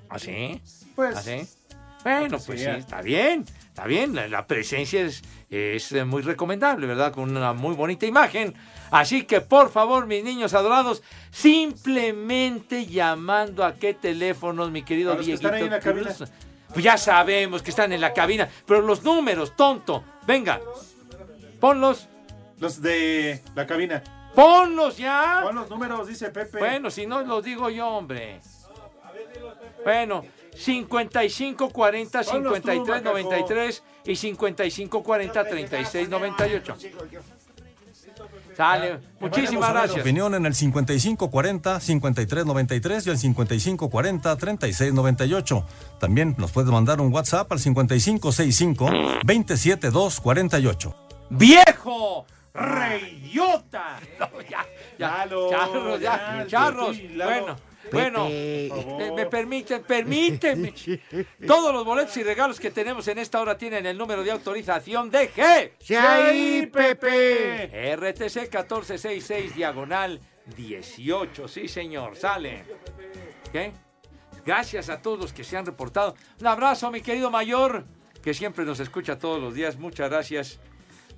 [SPEAKER 3] ¿Así?
[SPEAKER 2] Pues,
[SPEAKER 3] ¿Así? ¿Ah, Bueno, pues sí,
[SPEAKER 2] sea.
[SPEAKER 3] está bien, está bien. La, la presencia es, es eh, muy recomendable, ¿verdad? Con una muy bonita imagen. Así que, por favor, mis niños adorados, simplemente llamando a qué teléfonos, mi querido
[SPEAKER 2] A los que están ahí en la
[SPEAKER 3] Dieguito
[SPEAKER 2] cabina.
[SPEAKER 3] Cruz. Pues ya sabemos que están en la cabina, pero los números, tonto. Venga, ponlos.
[SPEAKER 2] Los de la cabina.
[SPEAKER 3] Ponlos ya.
[SPEAKER 2] Pon los números, dice Pepe.
[SPEAKER 3] Bueno, si no los digo yo, hombre. Bueno, 55 40
[SPEAKER 2] Ponlos tú,
[SPEAKER 3] 53
[SPEAKER 2] macaco.
[SPEAKER 3] 93 y 55 40 36 98. Sale. Muchísimas
[SPEAKER 7] Tu
[SPEAKER 3] gracias.
[SPEAKER 7] opinión en el 5540-5393 y el 5540-3698. También nos puedes mandar un WhatsApp al 5565-27248.
[SPEAKER 3] ¡Viejo! ¡Reyota! No, ya, ya,
[SPEAKER 2] Ah. Lalo,
[SPEAKER 3] charros, ya,
[SPEAKER 2] ya,
[SPEAKER 3] charros.
[SPEAKER 2] sí, Lalo.
[SPEAKER 3] Bueno,
[SPEAKER 2] Vete.
[SPEAKER 3] bueno,
[SPEAKER 2] Por favor.
[SPEAKER 3] me, me permiten, permíteme. Todos los boletos y regalos que tenemos en esta hora tienen el número de autorización de G.
[SPEAKER 4] ¡Sí, Pepe!
[SPEAKER 3] RTC 1466 diagonal 18. Sí, señor, sale. ¿Qué? Gracias a todos los que se han reportado. Un abrazo, mi querido mayor, que siempre nos escucha todos los días. Muchas gracias.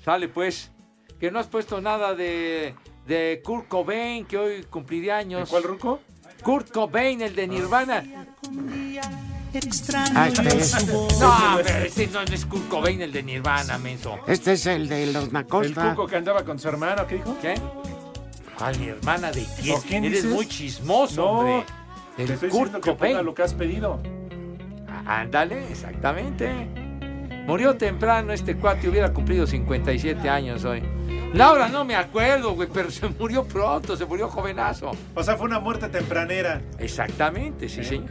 [SPEAKER 3] Sale, pues, que no has puesto nada de, de Kurt Cobain, que hoy cumpliría años. ¿Cuál, Ruco? Kurt Cobain, el de Nirvana.
[SPEAKER 4] Ah, este es.
[SPEAKER 3] No, pero este no es Kurt Cobain, el de Nirvana, menso.
[SPEAKER 4] Este es el de los
[SPEAKER 2] El
[SPEAKER 4] Nacosta.
[SPEAKER 2] cuco que andaba con su hermano, ¿qué dijo?
[SPEAKER 3] ¿Qué? ¿Cuál, mi hermana de
[SPEAKER 2] ¿Por
[SPEAKER 3] quién?
[SPEAKER 2] quién
[SPEAKER 3] Eres
[SPEAKER 2] dices?
[SPEAKER 3] muy chismoso,
[SPEAKER 2] No,
[SPEAKER 3] hombre.
[SPEAKER 2] Te
[SPEAKER 3] El
[SPEAKER 2] estoy
[SPEAKER 3] Kurt
[SPEAKER 2] diciendo que ponga
[SPEAKER 3] Cobain.
[SPEAKER 2] lo que has pedido.
[SPEAKER 3] Ándale, exactamente. Murió temprano este cuate, hubiera cumplido 57 años hoy. Laura, no me acuerdo, güey, pero se murió pronto, se murió jovenazo.
[SPEAKER 2] O sea, fue una muerte tempranera.
[SPEAKER 3] Exactamente, sí, señor.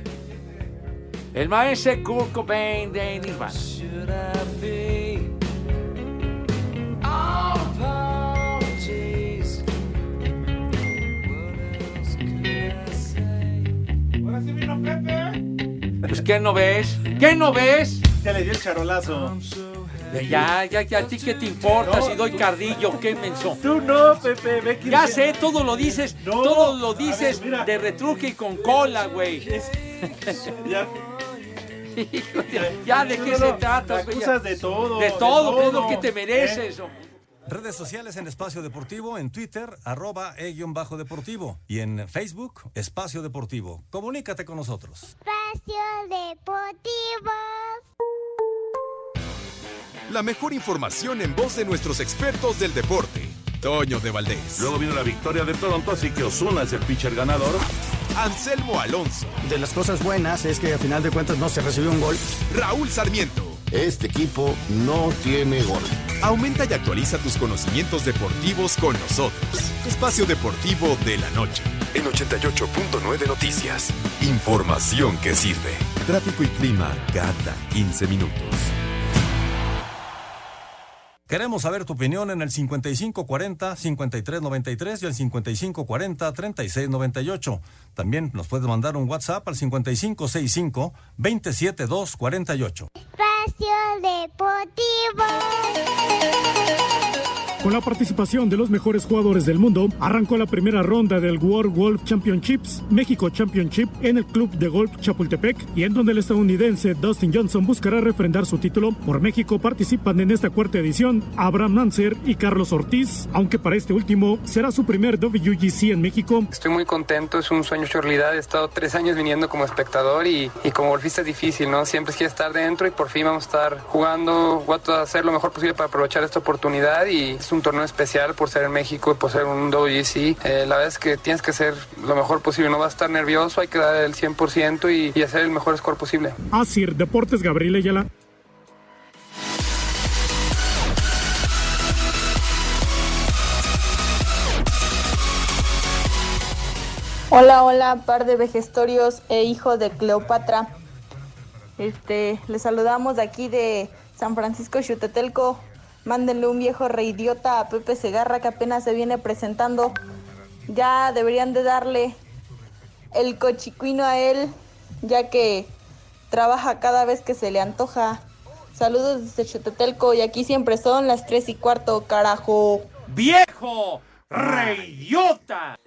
[SPEAKER 3] El maestro Kurt Cobain de Nirvana. Pues, ¿qué no ves? ¿Qué no ves?
[SPEAKER 2] Ya le dio el charolazo.
[SPEAKER 3] Ya, ya, ya, ¿a ti qué te importa
[SPEAKER 2] No,
[SPEAKER 3] si doy cardillo? ¿Qué menso?
[SPEAKER 2] Tú no, Pepe, ve que...
[SPEAKER 3] Ya sé, todo lo dices, todo lo dices de retruque y con cola, güey.
[SPEAKER 2] Ya,
[SPEAKER 3] Hijo de- ya, ¿de
[SPEAKER 2] No,
[SPEAKER 3] qué
[SPEAKER 2] no,
[SPEAKER 3] se
[SPEAKER 2] no,
[SPEAKER 3] trata?
[SPEAKER 2] me
[SPEAKER 3] güey?
[SPEAKER 2] acusas de todo,
[SPEAKER 3] De
[SPEAKER 2] de
[SPEAKER 3] todo, pues, es lo
[SPEAKER 2] todo,
[SPEAKER 3] que te mereces.
[SPEAKER 7] ¿eh?
[SPEAKER 3] hombre.
[SPEAKER 7] Redes sociales en Espacio Deportivo, en Twitter, arroba E e-deportivo y en Facebook, Espacio Deportivo. Comunícate con nosotros.
[SPEAKER 8] Espacio Deportivo.
[SPEAKER 9] La mejor información en voz de nuestros expertos del deporte. Toño de Valdés.
[SPEAKER 10] Luego vino la victoria de Toronto, así que Osuna es el pitcher ganador.
[SPEAKER 9] Anselmo Alonso.
[SPEAKER 22] De las cosas buenas es que a final de cuentas no se recibió un gol.
[SPEAKER 9] Raúl Sarmiento.
[SPEAKER 22] Este equipo no tiene gol.
[SPEAKER 9] Aumenta y actualiza tus conocimientos deportivos con nosotros. Espacio Deportivo de la Noche. En 88.9 Noticias. Información que sirve. Tráfico y clima cada 15 minutos.
[SPEAKER 7] Queremos saber tu opinión en el 5540-5393 y el 5540-3698. También nos puedes mandar un WhatsApp al 5565-27248.
[SPEAKER 8] Espacio Deportivo.
[SPEAKER 24] Con la participación de los mejores jugadores del mundo, arrancó la primera ronda del World Golf Championships México Championship en el Club de Golf Chapultepec y en donde el estadounidense Dustin Johnson buscará refrendar su título. Por México participan en esta cuarta edición Abraham Nancer y Carlos Ortiz, aunque para este último será su primer WGC en México.
[SPEAKER 25] Estoy muy contento, es un sueño hecho realidad. He estado tres años viniendo como espectador y, y como golfista es difícil, ¿no? Siempre quiero estar dentro y por fin vamos a estar jugando. Voy a tratar de hacer lo mejor posible para aprovechar esta oportunidad y es un torneo especial por ser en México y por ser un WGC. Eh, la verdad es que tienes que ser lo mejor posible, no vas a estar nervioso, hay que dar el 100% y, y hacer el mejor score posible.
[SPEAKER 24] Asir Deportes Gabriel Ayala.
[SPEAKER 26] Hola, hola, par de vejestorios e hijo de Cleopatra. Este, les saludamos de aquí de San Francisco Xutetelco. Mándenle un viejo reidiota a Pepe Segarra que apenas se viene presentando. Ya deberían de darle el cochicuino a él, ya que trabaja cada vez que se le antoja. Saludos desde Xutetelco y aquí siempre son las tres y cuarto, carajo.
[SPEAKER 3] ¡Viejo! ¡Reyota!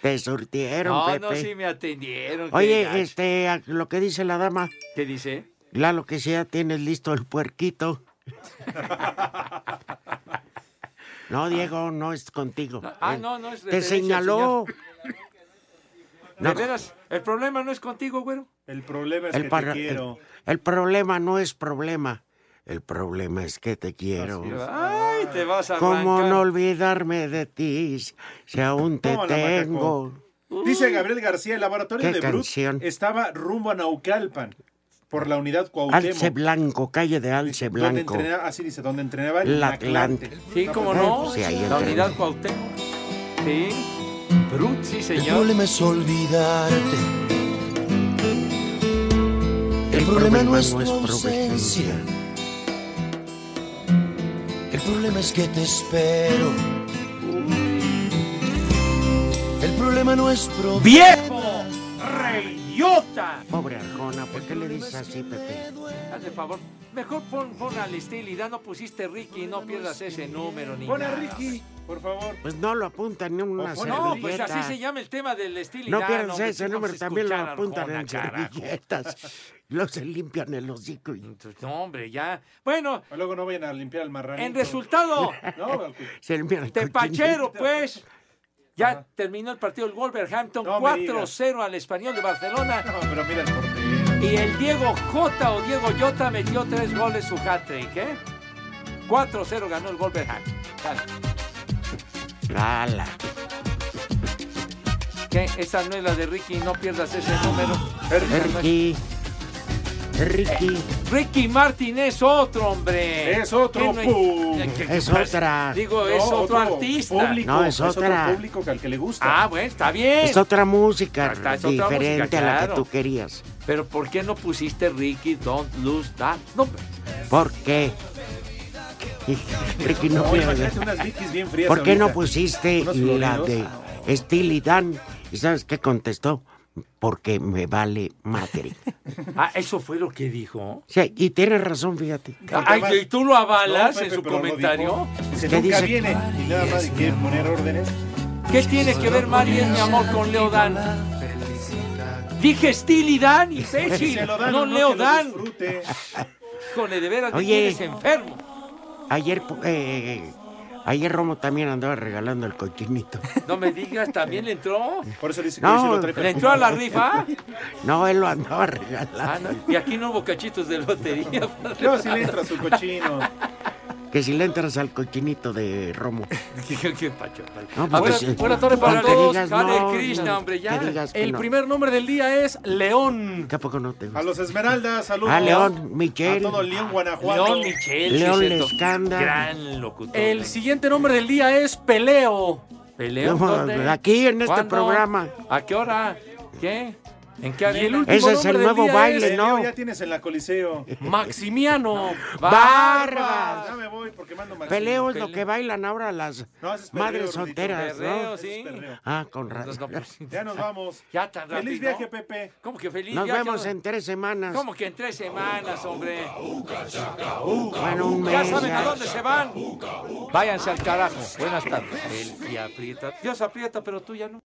[SPEAKER 4] Te surtieron,
[SPEAKER 3] No,
[SPEAKER 4] Pepe.
[SPEAKER 3] no, sí me atendieron. qué gacho.
[SPEAKER 4] Oye, este, a lo que dice la dama.
[SPEAKER 3] ¿Qué dice?
[SPEAKER 4] Lalo, que si ya tienes listo el puerquito. No, Diego, no es contigo.
[SPEAKER 3] Ah, no, no es
[SPEAKER 4] Te
[SPEAKER 3] referencia al
[SPEAKER 4] señaló.
[SPEAKER 3] De
[SPEAKER 4] No.
[SPEAKER 3] veras, el problema no es contigo, güero.
[SPEAKER 2] El problema
[SPEAKER 4] El, par- el, el problema no es problema. El problema es que te quiero.
[SPEAKER 3] Ay, te vas a
[SPEAKER 4] ¿Cómo
[SPEAKER 3] arrancar.
[SPEAKER 4] no olvidarme de ti si aún te
[SPEAKER 2] Tómala,
[SPEAKER 4] tengo?
[SPEAKER 2] macaco. Dice Gabriel García, el laboratorio
[SPEAKER 4] Qué
[SPEAKER 2] de Brut
[SPEAKER 4] canción.
[SPEAKER 2] estaba rumbo a Naucalpan. por la unidad
[SPEAKER 4] Alce
[SPEAKER 2] Cuauhtémoc.
[SPEAKER 4] Blanco, calle de Alce
[SPEAKER 2] Donde
[SPEAKER 4] Blanco.
[SPEAKER 2] entrenaba, así dice, donde entrenaba el
[SPEAKER 4] La
[SPEAKER 2] Atlante.
[SPEAKER 4] Atlante.
[SPEAKER 3] Sí, cómo no.
[SPEAKER 4] Pues Sí, ahí
[SPEAKER 3] la
[SPEAKER 4] entra.
[SPEAKER 3] unidad Cuauhtémoc. Sí. Brut, sí,
[SPEAKER 12] El
[SPEAKER 3] señor.
[SPEAKER 12] problema es olvidarte. El problema no es tu ausencia. El problema es que te espero. El problema no es problema.
[SPEAKER 3] ¡Viejo! ¡Reyota!
[SPEAKER 4] Pobre Arjona, ¿por qué le dices así, Pepe?
[SPEAKER 3] Hazme favor. Mejor pon, pon al Estilida, no pusiste Ricky, no pierdas ese número ni
[SPEAKER 2] Pon a
[SPEAKER 3] nada.
[SPEAKER 2] Ricky, por favor.
[SPEAKER 4] Pues no lo apuntan ni una
[SPEAKER 3] O no, pues
[SPEAKER 4] servilleta.
[SPEAKER 3] así se llama el tema del Estilida.
[SPEAKER 4] No pierdas ese número, también lo apuntan en servilletas. Luego se limpian el hocico. y-
[SPEAKER 3] No, hombre, ya. Bueno.
[SPEAKER 2] Luego no vayan a limpiar el marranito.
[SPEAKER 3] En resultado.
[SPEAKER 2] No, al cu-
[SPEAKER 4] Se limpian el cochinito.
[SPEAKER 3] Tepachero, pues. Ya terminó el partido del Wolverhampton
[SPEAKER 2] No me digas.
[SPEAKER 3] 4-0 al español de Barcelona.
[SPEAKER 2] pero mira el portero.
[SPEAKER 3] Y el Diego Jota o Diego Jota metió tres goles su hat-trick, ¿eh? 4-0 ganó el Wolverhampton. Dale.
[SPEAKER 4] ¡Hala!
[SPEAKER 3] ¿Qué? Esa no es la de Ricky, no pierdas ese número.
[SPEAKER 4] Ricky. Ricky.
[SPEAKER 3] Ricky Martin es otro, hombre.
[SPEAKER 2] Es otro,
[SPEAKER 3] ¿Qué
[SPEAKER 2] pum.
[SPEAKER 3] ¿Qué- qué-
[SPEAKER 4] Es
[SPEAKER 3] qué-
[SPEAKER 4] otra.
[SPEAKER 3] Digo, es
[SPEAKER 2] No,
[SPEAKER 3] otro,
[SPEAKER 2] otro
[SPEAKER 3] artista.
[SPEAKER 2] público,
[SPEAKER 4] No, es
[SPEAKER 2] otro
[SPEAKER 4] otra.
[SPEAKER 2] público que al que le gusta.
[SPEAKER 3] Ah, bueno, está bien.
[SPEAKER 4] Es otra música
[SPEAKER 3] Ah, Está- es otra
[SPEAKER 4] diferente
[SPEAKER 3] música,
[SPEAKER 4] a la que
[SPEAKER 3] claro.
[SPEAKER 4] tú querías.
[SPEAKER 3] Pero ¿por qué no pusiste Ricky Don't Lose That? No,
[SPEAKER 4] ¿Por qué? Ricky no
[SPEAKER 2] No,
[SPEAKER 4] pierdas.
[SPEAKER 2] imagínate unas Vicky's bien frías
[SPEAKER 4] ¿Por qué no
[SPEAKER 2] ahorita.
[SPEAKER 4] pusiste
[SPEAKER 2] Unos
[SPEAKER 4] la
[SPEAKER 2] floridos.
[SPEAKER 4] de Steely Dan? ¿Y sabes qué contestó? Porque me vale madre.
[SPEAKER 3] Ah, eso fue lo que dijo.
[SPEAKER 4] Sí, y tienes razón, fíjate.
[SPEAKER 3] Ay, ¿y tú lo avalas
[SPEAKER 2] No, Pepe,
[SPEAKER 3] en su
[SPEAKER 2] pero lo
[SPEAKER 3] comentario?
[SPEAKER 2] dijo. Dice,
[SPEAKER 4] ¿Qué
[SPEAKER 2] nunca
[SPEAKER 4] dice?
[SPEAKER 2] viene y nada más y quiere poner órdenes.
[SPEAKER 3] ¿Qué tiene que ver María, mi amor, con Leo Dan? Dije Steely Dan, imbécil.
[SPEAKER 2] Se lo dan
[SPEAKER 3] No
[SPEAKER 2] o no,
[SPEAKER 3] Leo
[SPEAKER 2] que lo
[SPEAKER 3] Dan.
[SPEAKER 2] disfrute.
[SPEAKER 3] Híjole, de veras,
[SPEAKER 4] Oye.
[SPEAKER 3] Oye. enfermo.
[SPEAKER 4] Ayer, pu- eh, ayer Romo también andaba regalando el cochinito.
[SPEAKER 3] No me digas, también le entró.
[SPEAKER 2] Por eso dice
[SPEAKER 4] que No. sí lo trae
[SPEAKER 3] ¿Le entró a la rifa?
[SPEAKER 4] No, él lo andaba regalando.
[SPEAKER 3] Ah, no, Y aquí no hubo cachitos de lotería. padre.
[SPEAKER 2] Yo sí le entra su cochino.
[SPEAKER 4] Que si le entras al cochinito de Romo.
[SPEAKER 3] Qué- qué pacho, padre.
[SPEAKER 4] No,
[SPEAKER 6] Buena-
[SPEAKER 4] pues, eh,
[SPEAKER 6] buena tarde para
[SPEAKER 4] aunque
[SPEAKER 6] todos.
[SPEAKER 4] digas
[SPEAKER 6] Hare
[SPEAKER 4] no,
[SPEAKER 6] Krishna,
[SPEAKER 4] no,
[SPEAKER 6] hombre, ya.
[SPEAKER 4] que digas que
[SPEAKER 6] El
[SPEAKER 4] no.
[SPEAKER 6] primer nombre del día es León.
[SPEAKER 4] ¿Que a poco no te gusta?
[SPEAKER 2] A los Esmeraldas, saludos.
[SPEAKER 4] Ah, León,
[SPEAKER 2] A
[SPEAKER 4] Michel.
[SPEAKER 2] todo León, Guanajuato.
[SPEAKER 3] León Michel.
[SPEAKER 4] León
[SPEAKER 3] sí, cierto.
[SPEAKER 4] Lescanda.
[SPEAKER 3] Gran locutor. eh.
[SPEAKER 6] El siguiente nombre del día es Peleo.
[SPEAKER 3] Peleo.
[SPEAKER 4] No,
[SPEAKER 3] ¿dónde?
[SPEAKER 4] aquí en este
[SPEAKER 3] ¿Cuándo?
[SPEAKER 4] programa.
[SPEAKER 3] ¿A qué hora? ¿Qué? ¿En qué
[SPEAKER 6] Y el
[SPEAKER 3] arena?
[SPEAKER 6] último
[SPEAKER 4] Ese es el
[SPEAKER 6] nombre del
[SPEAKER 4] nuevo
[SPEAKER 6] día
[SPEAKER 4] baile,
[SPEAKER 6] es
[SPEAKER 4] ¿no?
[SPEAKER 2] Ya tienes en la Coliseo.
[SPEAKER 6] Maximiano.
[SPEAKER 4] Barba.
[SPEAKER 2] Ya me voy porque mando Maxi.
[SPEAKER 4] Peleo es lo que bailan ahora las
[SPEAKER 2] No, ese es perreo,
[SPEAKER 4] madres
[SPEAKER 2] Rudito,
[SPEAKER 4] solteras,
[SPEAKER 3] Perreo,
[SPEAKER 4] ¿no?
[SPEAKER 3] sí.
[SPEAKER 2] Perreo.
[SPEAKER 4] Ah, con
[SPEAKER 3] Entonces,
[SPEAKER 4] razón.
[SPEAKER 3] no, pues,
[SPEAKER 2] Ya nos vamos.
[SPEAKER 3] ya tan rápido.
[SPEAKER 2] Feliz viaje, Pepe.
[SPEAKER 3] ¿Cómo que feliz
[SPEAKER 4] Nos
[SPEAKER 3] viaje?
[SPEAKER 4] vemos en tres semanas.
[SPEAKER 3] ¿Cómo que en tres semanas, hombre?
[SPEAKER 4] Bueno, un mes.
[SPEAKER 3] Ya saben a
[SPEAKER 4] ya.
[SPEAKER 3] dónde se van. Váyanse al carajo. Buenas tardes. El que aprieta. Dios aprieta, pero tú ya no.